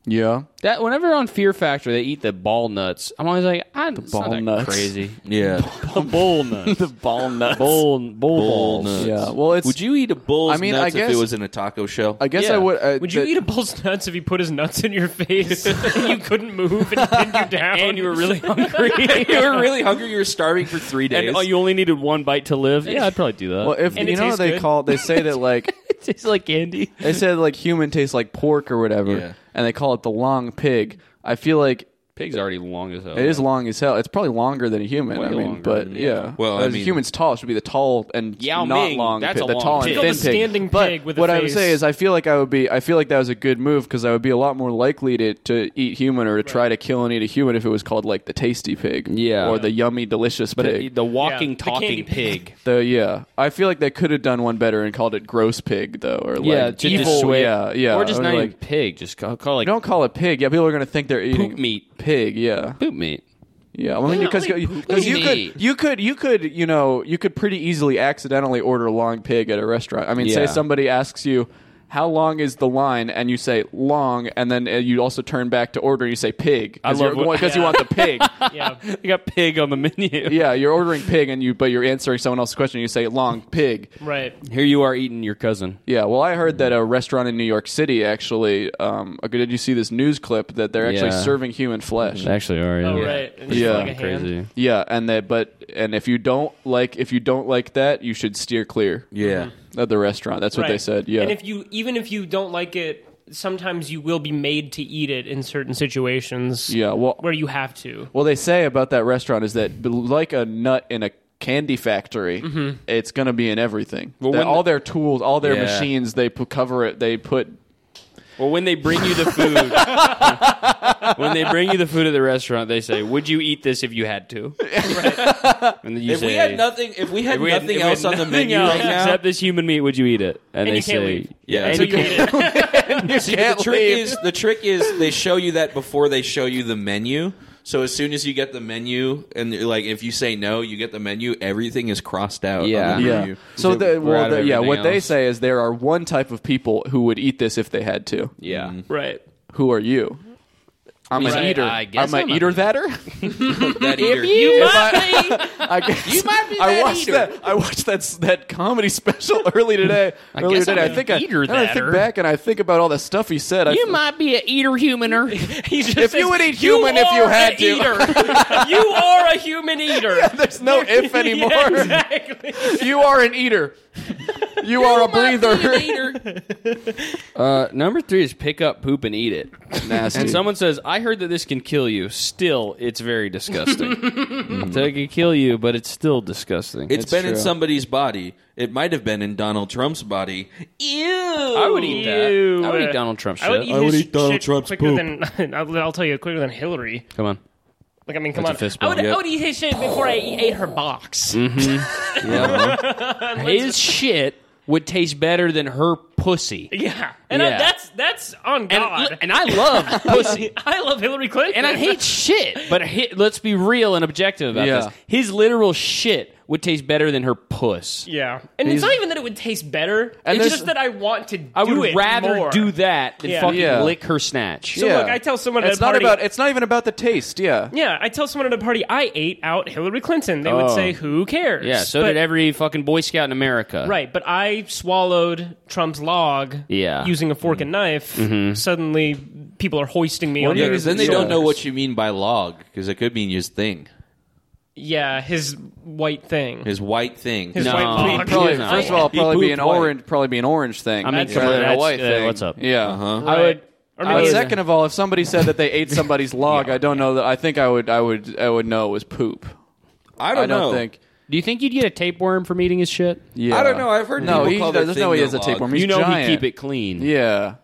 Speaker 4: Yeah,
Speaker 3: That whenever on Fear Factor they eat the ball nuts, I'm always like, I the
Speaker 4: ball
Speaker 3: that
Speaker 4: nuts.
Speaker 3: crazy.
Speaker 6: Yeah,
Speaker 3: the bull nuts. the
Speaker 4: ball nuts.
Speaker 3: bull bull, balls.
Speaker 6: nuts.
Speaker 4: Yeah. Well, it's.
Speaker 6: Would you eat a bull's
Speaker 4: I mean,
Speaker 6: nuts
Speaker 4: I
Speaker 6: if
Speaker 4: guess-
Speaker 6: it was in a taco shell?
Speaker 4: I guess I
Speaker 3: Yeah.
Speaker 4: would. Uh,
Speaker 5: Would you
Speaker 4: the-
Speaker 5: eat a bull's nuts if he put his nuts in your face and you couldn't move and he pinned you down?
Speaker 3: And you were really hungry.
Speaker 6: you were really hungry. You were starving for three days.
Speaker 3: and oh, you only needed one bite to live. Yeah, I'd probably do that.
Speaker 4: Well, if
Speaker 5: And
Speaker 4: you
Speaker 5: it
Speaker 4: know how
Speaker 5: tastes
Speaker 4: they
Speaker 5: good.
Speaker 4: call they say that like
Speaker 3: it tastes like candy.
Speaker 4: they said like human tastes like pork or whatever,
Speaker 6: Yeah.
Speaker 4: and they call it the long pig. I feel like
Speaker 3: Pig's already long as hell.
Speaker 4: it is long as hell. It's probably longer than a human.
Speaker 3: Way
Speaker 4: I mean,
Speaker 3: longer,
Speaker 4: but
Speaker 3: yeah.
Speaker 4: yeah.
Speaker 6: Well, I
Speaker 4: Whereas a
Speaker 6: mean-
Speaker 4: human's tall. It should be the tall and
Speaker 3: Yao
Speaker 4: not
Speaker 3: Ming,
Speaker 4: long.
Speaker 3: that's
Speaker 4: pig,
Speaker 3: a
Speaker 4: the
Speaker 3: long
Speaker 4: tall
Speaker 3: pig.
Speaker 4: and thin
Speaker 5: Still the standing
Speaker 4: pig. But
Speaker 5: pig with a
Speaker 4: what I would
Speaker 5: face.
Speaker 4: say is, I feel like I would be. I feel like that was a good move because I would be a lot more likely to, to eat human or to try to kill and eat a human if it was called like the tasty pig,
Speaker 3: Yeah.
Speaker 4: or the yummy delicious
Speaker 3: But
Speaker 4: pig.
Speaker 3: it- the
Speaker 5: Yeah,
Speaker 3: walking,
Speaker 5: the candy
Speaker 3: talking
Speaker 5: pig.
Speaker 3: pig.
Speaker 4: The yeah, I feel like they could have done one better and called it gross pig though, or
Speaker 3: yeah,
Speaker 4: like
Speaker 3: just
Speaker 4: evil.
Speaker 3: sway-
Speaker 4: yeah, yeah,
Speaker 3: Or just not
Speaker 4: like,
Speaker 3: even pig. Just call, call like
Speaker 4: You don't call it pig. Yeah, people are gonna think they're eating
Speaker 3: meat.
Speaker 4: Pig. Yeah,
Speaker 3: poop meat.
Speaker 4: yeah. I mean,
Speaker 5: Yeah,
Speaker 4: because
Speaker 5: like
Speaker 4: because you
Speaker 3: meat.
Speaker 4: could you could you could you know you could pretty easily accidentally order long pig at a restaurant. I mean,
Speaker 3: Yeah.
Speaker 4: say somebody asks you. How long is the line? And you say long, and then uh, you also turn back to order. and You say pig.
Speaker 3: I love what-
Speaker 4: because you want the pig.
Speaker 5: Yeah.
Speaker 3: They got pig on the menu.
Speaker 4: yeah, you're ordering pig, and you but you're answering someone else's question. You say long pig.
Speaker 5: Right.
Speaker 3: Here you are eating your cousin.
Speaker 4: Yeah, well, I heard that a restaurant in New York City actually. Um, okay, did you see this news clip that they're actually
Speaker 3: Yeah.
Speaker 4: serving human flesh?
Speaker 3: Actually, are you?
Speaker 5: Oh, right. And
Speaker 4: Yeah.
Speaker 5: Like a hand.
Speaker 3: Crazy.
Speaker 4: Yeah, and that but and if you don't like if you don't like that, you should steer clear
Speaker 6: yeah,
Speaker 4: of the restaurant. That's what they
Speaker 5: Right.
Speaker 4: said. Yeah,
Speaker 5: And if you even if you don't like it, sometimes you will be made to eat it in certain situations.
Speaker 4: yeah. Well,
Speaker 5: Where you have to.
Speaker 4: well, they say about that restaurant is that b- like a nut in a candy factory, it's gonna be in everything. That
Speaker 3: Mm-hmm. when
Speaker 4: all their tools, all their
Speaker 6: Yeah.
Speaker 4: machines, they put, cover it. They put
Speaker 3: Well, when they bring you the food, when they bring you the food at the restaurant, they say, "Would you eat this if you had to?" And then you
Speaker 6: If
Speaker 3: say,
Speaker 6: we had nothing, if we had
Speaker 3: if we had-
Speaker 6: nothing
Speaker 3: if we had
Speaker 6: else on the
Speaker 3: nothing
Speaker 6: menu
Speaker 3: else
Speaker 6: right now,
Speaker 3: except this human meat, would you eat it?" And, they
Speaker 5: you can't
Speaker 3: say,
Speaker 5: leave.
Speaker 6: Yeah.
Speaker 3: and
Speaker 6: So
Speaker 3: you
Speaker 5: you
Speaker 3: can't-
Speaker 5: eat it.
Speaker 6: See, the trick is the trick is they show you that before they show you the menu. So as soon as you get the menu, and like if you say no, you get the menu. Everything is crossed out. on the
Speaker 3: Yeah.
Speaker 4: yeah.
Speaker 6: menu.
Speaker 4: So the,
Speaker 3: we're out
Speaker 4: well,
Speaker 3: of
Speaker 4: the, yeah,
Speaker 3: everything
Speaker 4: what they
Speaker 3: else.
Speaker 4: say is there are one type of people who would eat this if they had to.
Speaker 3: Yeah.
Speaker 6: Mm-hmm.
Speaker 5: right.
Speaker 4: Who are you? I'm an
Speaker 3: Right,
Speaker 4: eater.
Speaker 3: I guess
Speaker 4: I'm,
Speaker 3: I'm
Speaker 4: an
Speaker 3: a-
Speaker 4: eater thatter.
Speaker 6: That either-
Speaker 4: I guess you might be I watched that. I watched that that comedy special early today. earlier
Speaker 3: guess I'm
Speaker 4: today,
Speaker 3: an
Speaker 4: think I,
Speaker 3: eater
Speaker 4: and I
Speaker 3: thatter.
Speaker 4: think back and I think about all the stuff he said. I,
Speaker 2: might be an eater humaner.
Speaker 5: He just
Speaker 4: If you
Speaker 5: says,
Speaker 4: would eat human if you
Speaker 5: are
Speaker 4: had
Speaker 5: a
Speaker 4: to."
Speaker 5: eater. you are a human eater.
Speaker 4: there's no if anymore.
Speaker 5: Yeah, exactly.
Speaker 4: You are an eater. You are a breather.
Speaker 3: Uh, number three is pick up poop and eat it.
Speaker 4: Nasty.
Speaker 6: Mm.
Speaker 3: And someone says, "I heard that this can kill you. Still, it's very disgusting. so it can kill you, but it's still disgusting.
Speaker 6: it's been in
Speaker 4: true.
Speaker 6: somebody's body. It might have been in Donald Trump's body.
Speaker 3: I would eat that.
Speaker 5: Ew.
Speaker 3: I would eat Donald Trump shit.
Speaker 5: I would eat,
Speaker 6: I would
Speaker 5: his
Speaker 6: eat Donald
Speaker 5: shit
Speaker 6: Trump's
Speaker 5: quicker
Speaker 6: poop.
Speaker 5: than I'll, I'll tell you quicker than Hillary.
Speaker 3: Come on.
Speaker 5: Like I mean, come
Speaker 3: That's a
Speaker 5: on.
Speaker 3: fist
Speaker 5: I would,
Speaker 3: bump. Mm-hmm.
Speaker 5: I would eat his shit before I eat, ate her box.
Speaker 3: His shit would taste better than her pussy.
Speaker 5: Yeah, and
Speaker 3: Yeah.
Speaker 5: I, that's that's on
Speaker 3: And,
Speaker 5: God.
Speaker 3: and I love pussy.
Speaker 5: I love Hillary Clinton,
Speaker 3: And I hate shit, but hi- let's be real and objective about
Speaker 4: Yeah.
Speaker 3: this. His literal shit would taste better than her puss.
Speaker 5: Yeah, and it's not even that it would taste better.
Speaker 4: And
Speaker 5: it's
Speaker 4: there's-
Speaker 5: just that I want to. Do
Speaker 3: I would
Speaker 5: it
Speaker 3: rather
Speaker 5: more.
Speaker 3: do that than
Speaker 5: Yeah.
Speaker 3: fucking
Speaker 4: Yeah.
Speaker 3: lick her snatch.
Speaker 5: So
Speaker 4: Yeah.
Speaker 5: look, I tell someone at
Speaker 4: It's
Speaker 5: a
Speaker 4: not
Speaker 5: party-
Speaker 4: about. It's not even about the taste. Yeah.
Speaker 5: Yeah, I tell someone at a party I ate out Hillary Clinton. They would
Speaker 3: Oh.
Speaker 5: say, "Who cares?"
Speaker 3: Yeah, so
Speaker 5: But-
Speaker 3: did every fucking Boy Scout in America.
Speaker 5: Right, but I swallowed Trump's log.
Speaker 3: Yeah. Mm-hmm.
Speaker 5: using a fork and knife. Suddenly, people are hoisting me on.
Speaker 6: Yeah,
Speaker 5: their-
Speaker 6: because then they don't know what you mean by log, because it could mean his thing,
Speaker 5: Yeah, his white thing.
Speaker 6: his white thing.
Speaker 5: His
Speaker 3: No.
Speaker 5: white
Speaker 3: He
Speaker 5: log.
Speaker 4: Probably,
Speaker 3: No.
Speaker 4: first of all,
Speaker 6: He
Speaker 4: probably be
Speaker 6: pooped
Speaker 4: an
Speaker 6: white.
Speaker 4: orange. Probably be an orange thing.
Speaker 3: I mean,
Speaker 5: That's
Speaker 3: come on,
Speaker 5: right.
Speaker 4: rather than a
Speaker 3: that's-
Speaker 4: white
Speaker 3: uh,
Speaker 4: thing.
Speaker 3: what's up?
Speaker 4: Yeah.
Speaker 6: Uh-huh.
Speaker 3: I would.
Speaker 5: Or
Speaker 4: But
Speaker 5: maybe-
Speaker 4: second of all, if somebody said that they ate somebody's log, I don't know that. I think I would. I would. I would know it was poop.
Speaker 6: I don't,
Speaker 4: I don't
Speaker 6: know.
Speaker 4: think.
Speaker 3: Do you think you'd get a tapeworm from eating his shit?
Speaker 4: Yeah.
Speaker 6: I don't know. I've heard
Speaker 4: No,
Speaker 6: people
Speaker 4: he,
Speaker 6: call their
Speaker 4: there's no
Speaker 6: thing
Speaker 4: way he
Speaker 6: the
Speaker 4: has a
Speaker 6: log.
Speaker 4: tapeworm. He's
Speaker 3: you know
Speaker 4: giant.
Speaker 3: he'd keep it clean.
Speaker 4: Yeah.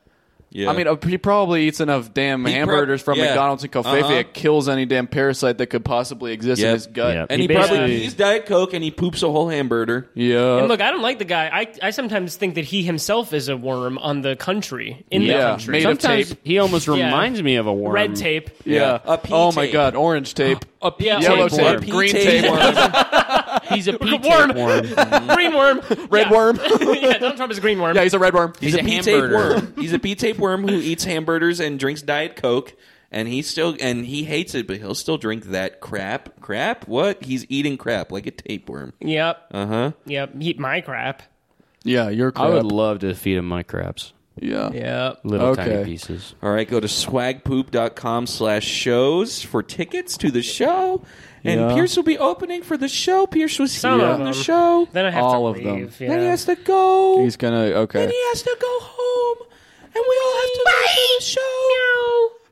Speaker 6: Yeah.
Speaker 4: I mean, uh, he probably eats enough damn
Speaker 6: He prob-
Speaker 4: hamburgers from
Speaker 6: yeah.
Speaker 4: McDonald's and Covfefe.
Speaker 6: Uh-huh.
Speaker 4: It kills any damn parasite that could possibly exist
Speaker 6: Yep.
Speaker 4: in his gut.
Speaker 3: Yep.
Speaker 6: and
Speaker 3: He
Speaker 6: he, probably
Speaker 3: basically-
Speaker 6: he's diet coke and he poops a whole hamburger.
Speaker 4: Yeah.
Speaker 5: And look, I don't like the guy. I, I sometimes think that he himself is a worm on the country in the
Speaker 4: Yeah.
Speaker 5: country.
Speaker 4: Made of
Speaker 3: Sometimes
Speaker 4: tape.
Speaker 3: he almost reminds me of a worm.
Speaker 5: Red tape.
Speaker 4: yeah.
Speaker 6: A pea
Speaker 4: oh my
Speaker 6: tape.
Speaker 4: god, orange tape.
Speaker 3: A pea
Speaker 5: Yeah.
Speaker 3: tape
Speaker 4: Yellow tape,
Speaker 3: worm.
Speaker 6: Pea
Speaker 4: green
Speaker 6: tape.
Speaker 4: tape,
Speaker 3: He's a pea
Speaker 5: Worm.
Speaker 3: tape worm.
Speaker 5: green worm.
Speaker 4: red
Speaker 5: Yeah.
Speaker 4: worm.
Speaker 5: yeah, Donald Trump is a green worm.
Speaker 4: yeah, he's a red worm.
Speaker 6: He's,
Speaker 3: He's
Speaker 6: a,
Speaker 3: a
Speaker 6: pea tape
Speaker 3: hamburger.
Speaker 6: worm. He's a pea tape worm who eats hamburgers and drinks diet coke. And he still and he hates it, but he'll still drink that crap. Crap? What? He's eating crap like a tapeworm.
Speaker 5: Yep.
Speaker 6: Uh huh.
Speaker 5: Yep. Eat my crap.
Speaker 4: Yeah, you're
Speaker 3: I
Speaker 4: crap.
Speaker 3: would love to feed him my crabs,
Speaker 4: yeah.
Speaker 5: Yep.
Speaker 3: little tiny
Speaker 4: Okay.
Speaker 3: pieces.
Speaker 6: All right, go to swagpoop.com slash shows for tickets to the show. And
Speaker 4: Yeah.
Speaker 6: Pierce will be opening for the show. Pierce was
Speaker 5: Some
Speaker 6: here
Speaker 5: of
Speaker 6: on the
Speaker 5: them.
Speaker 6: show.
Speaker 5: Then I have
Speaker 4: All
Speaker 5: to
Speaker 4: of them.
Speaker 5: leave.
Speaker 6: Then he
Speaker 5: Yeah.
Speaker 6: has to go.
Speaker 4: He's gonna okay.
Speaker 6: Then he has to go home. And we all have to leave for the show.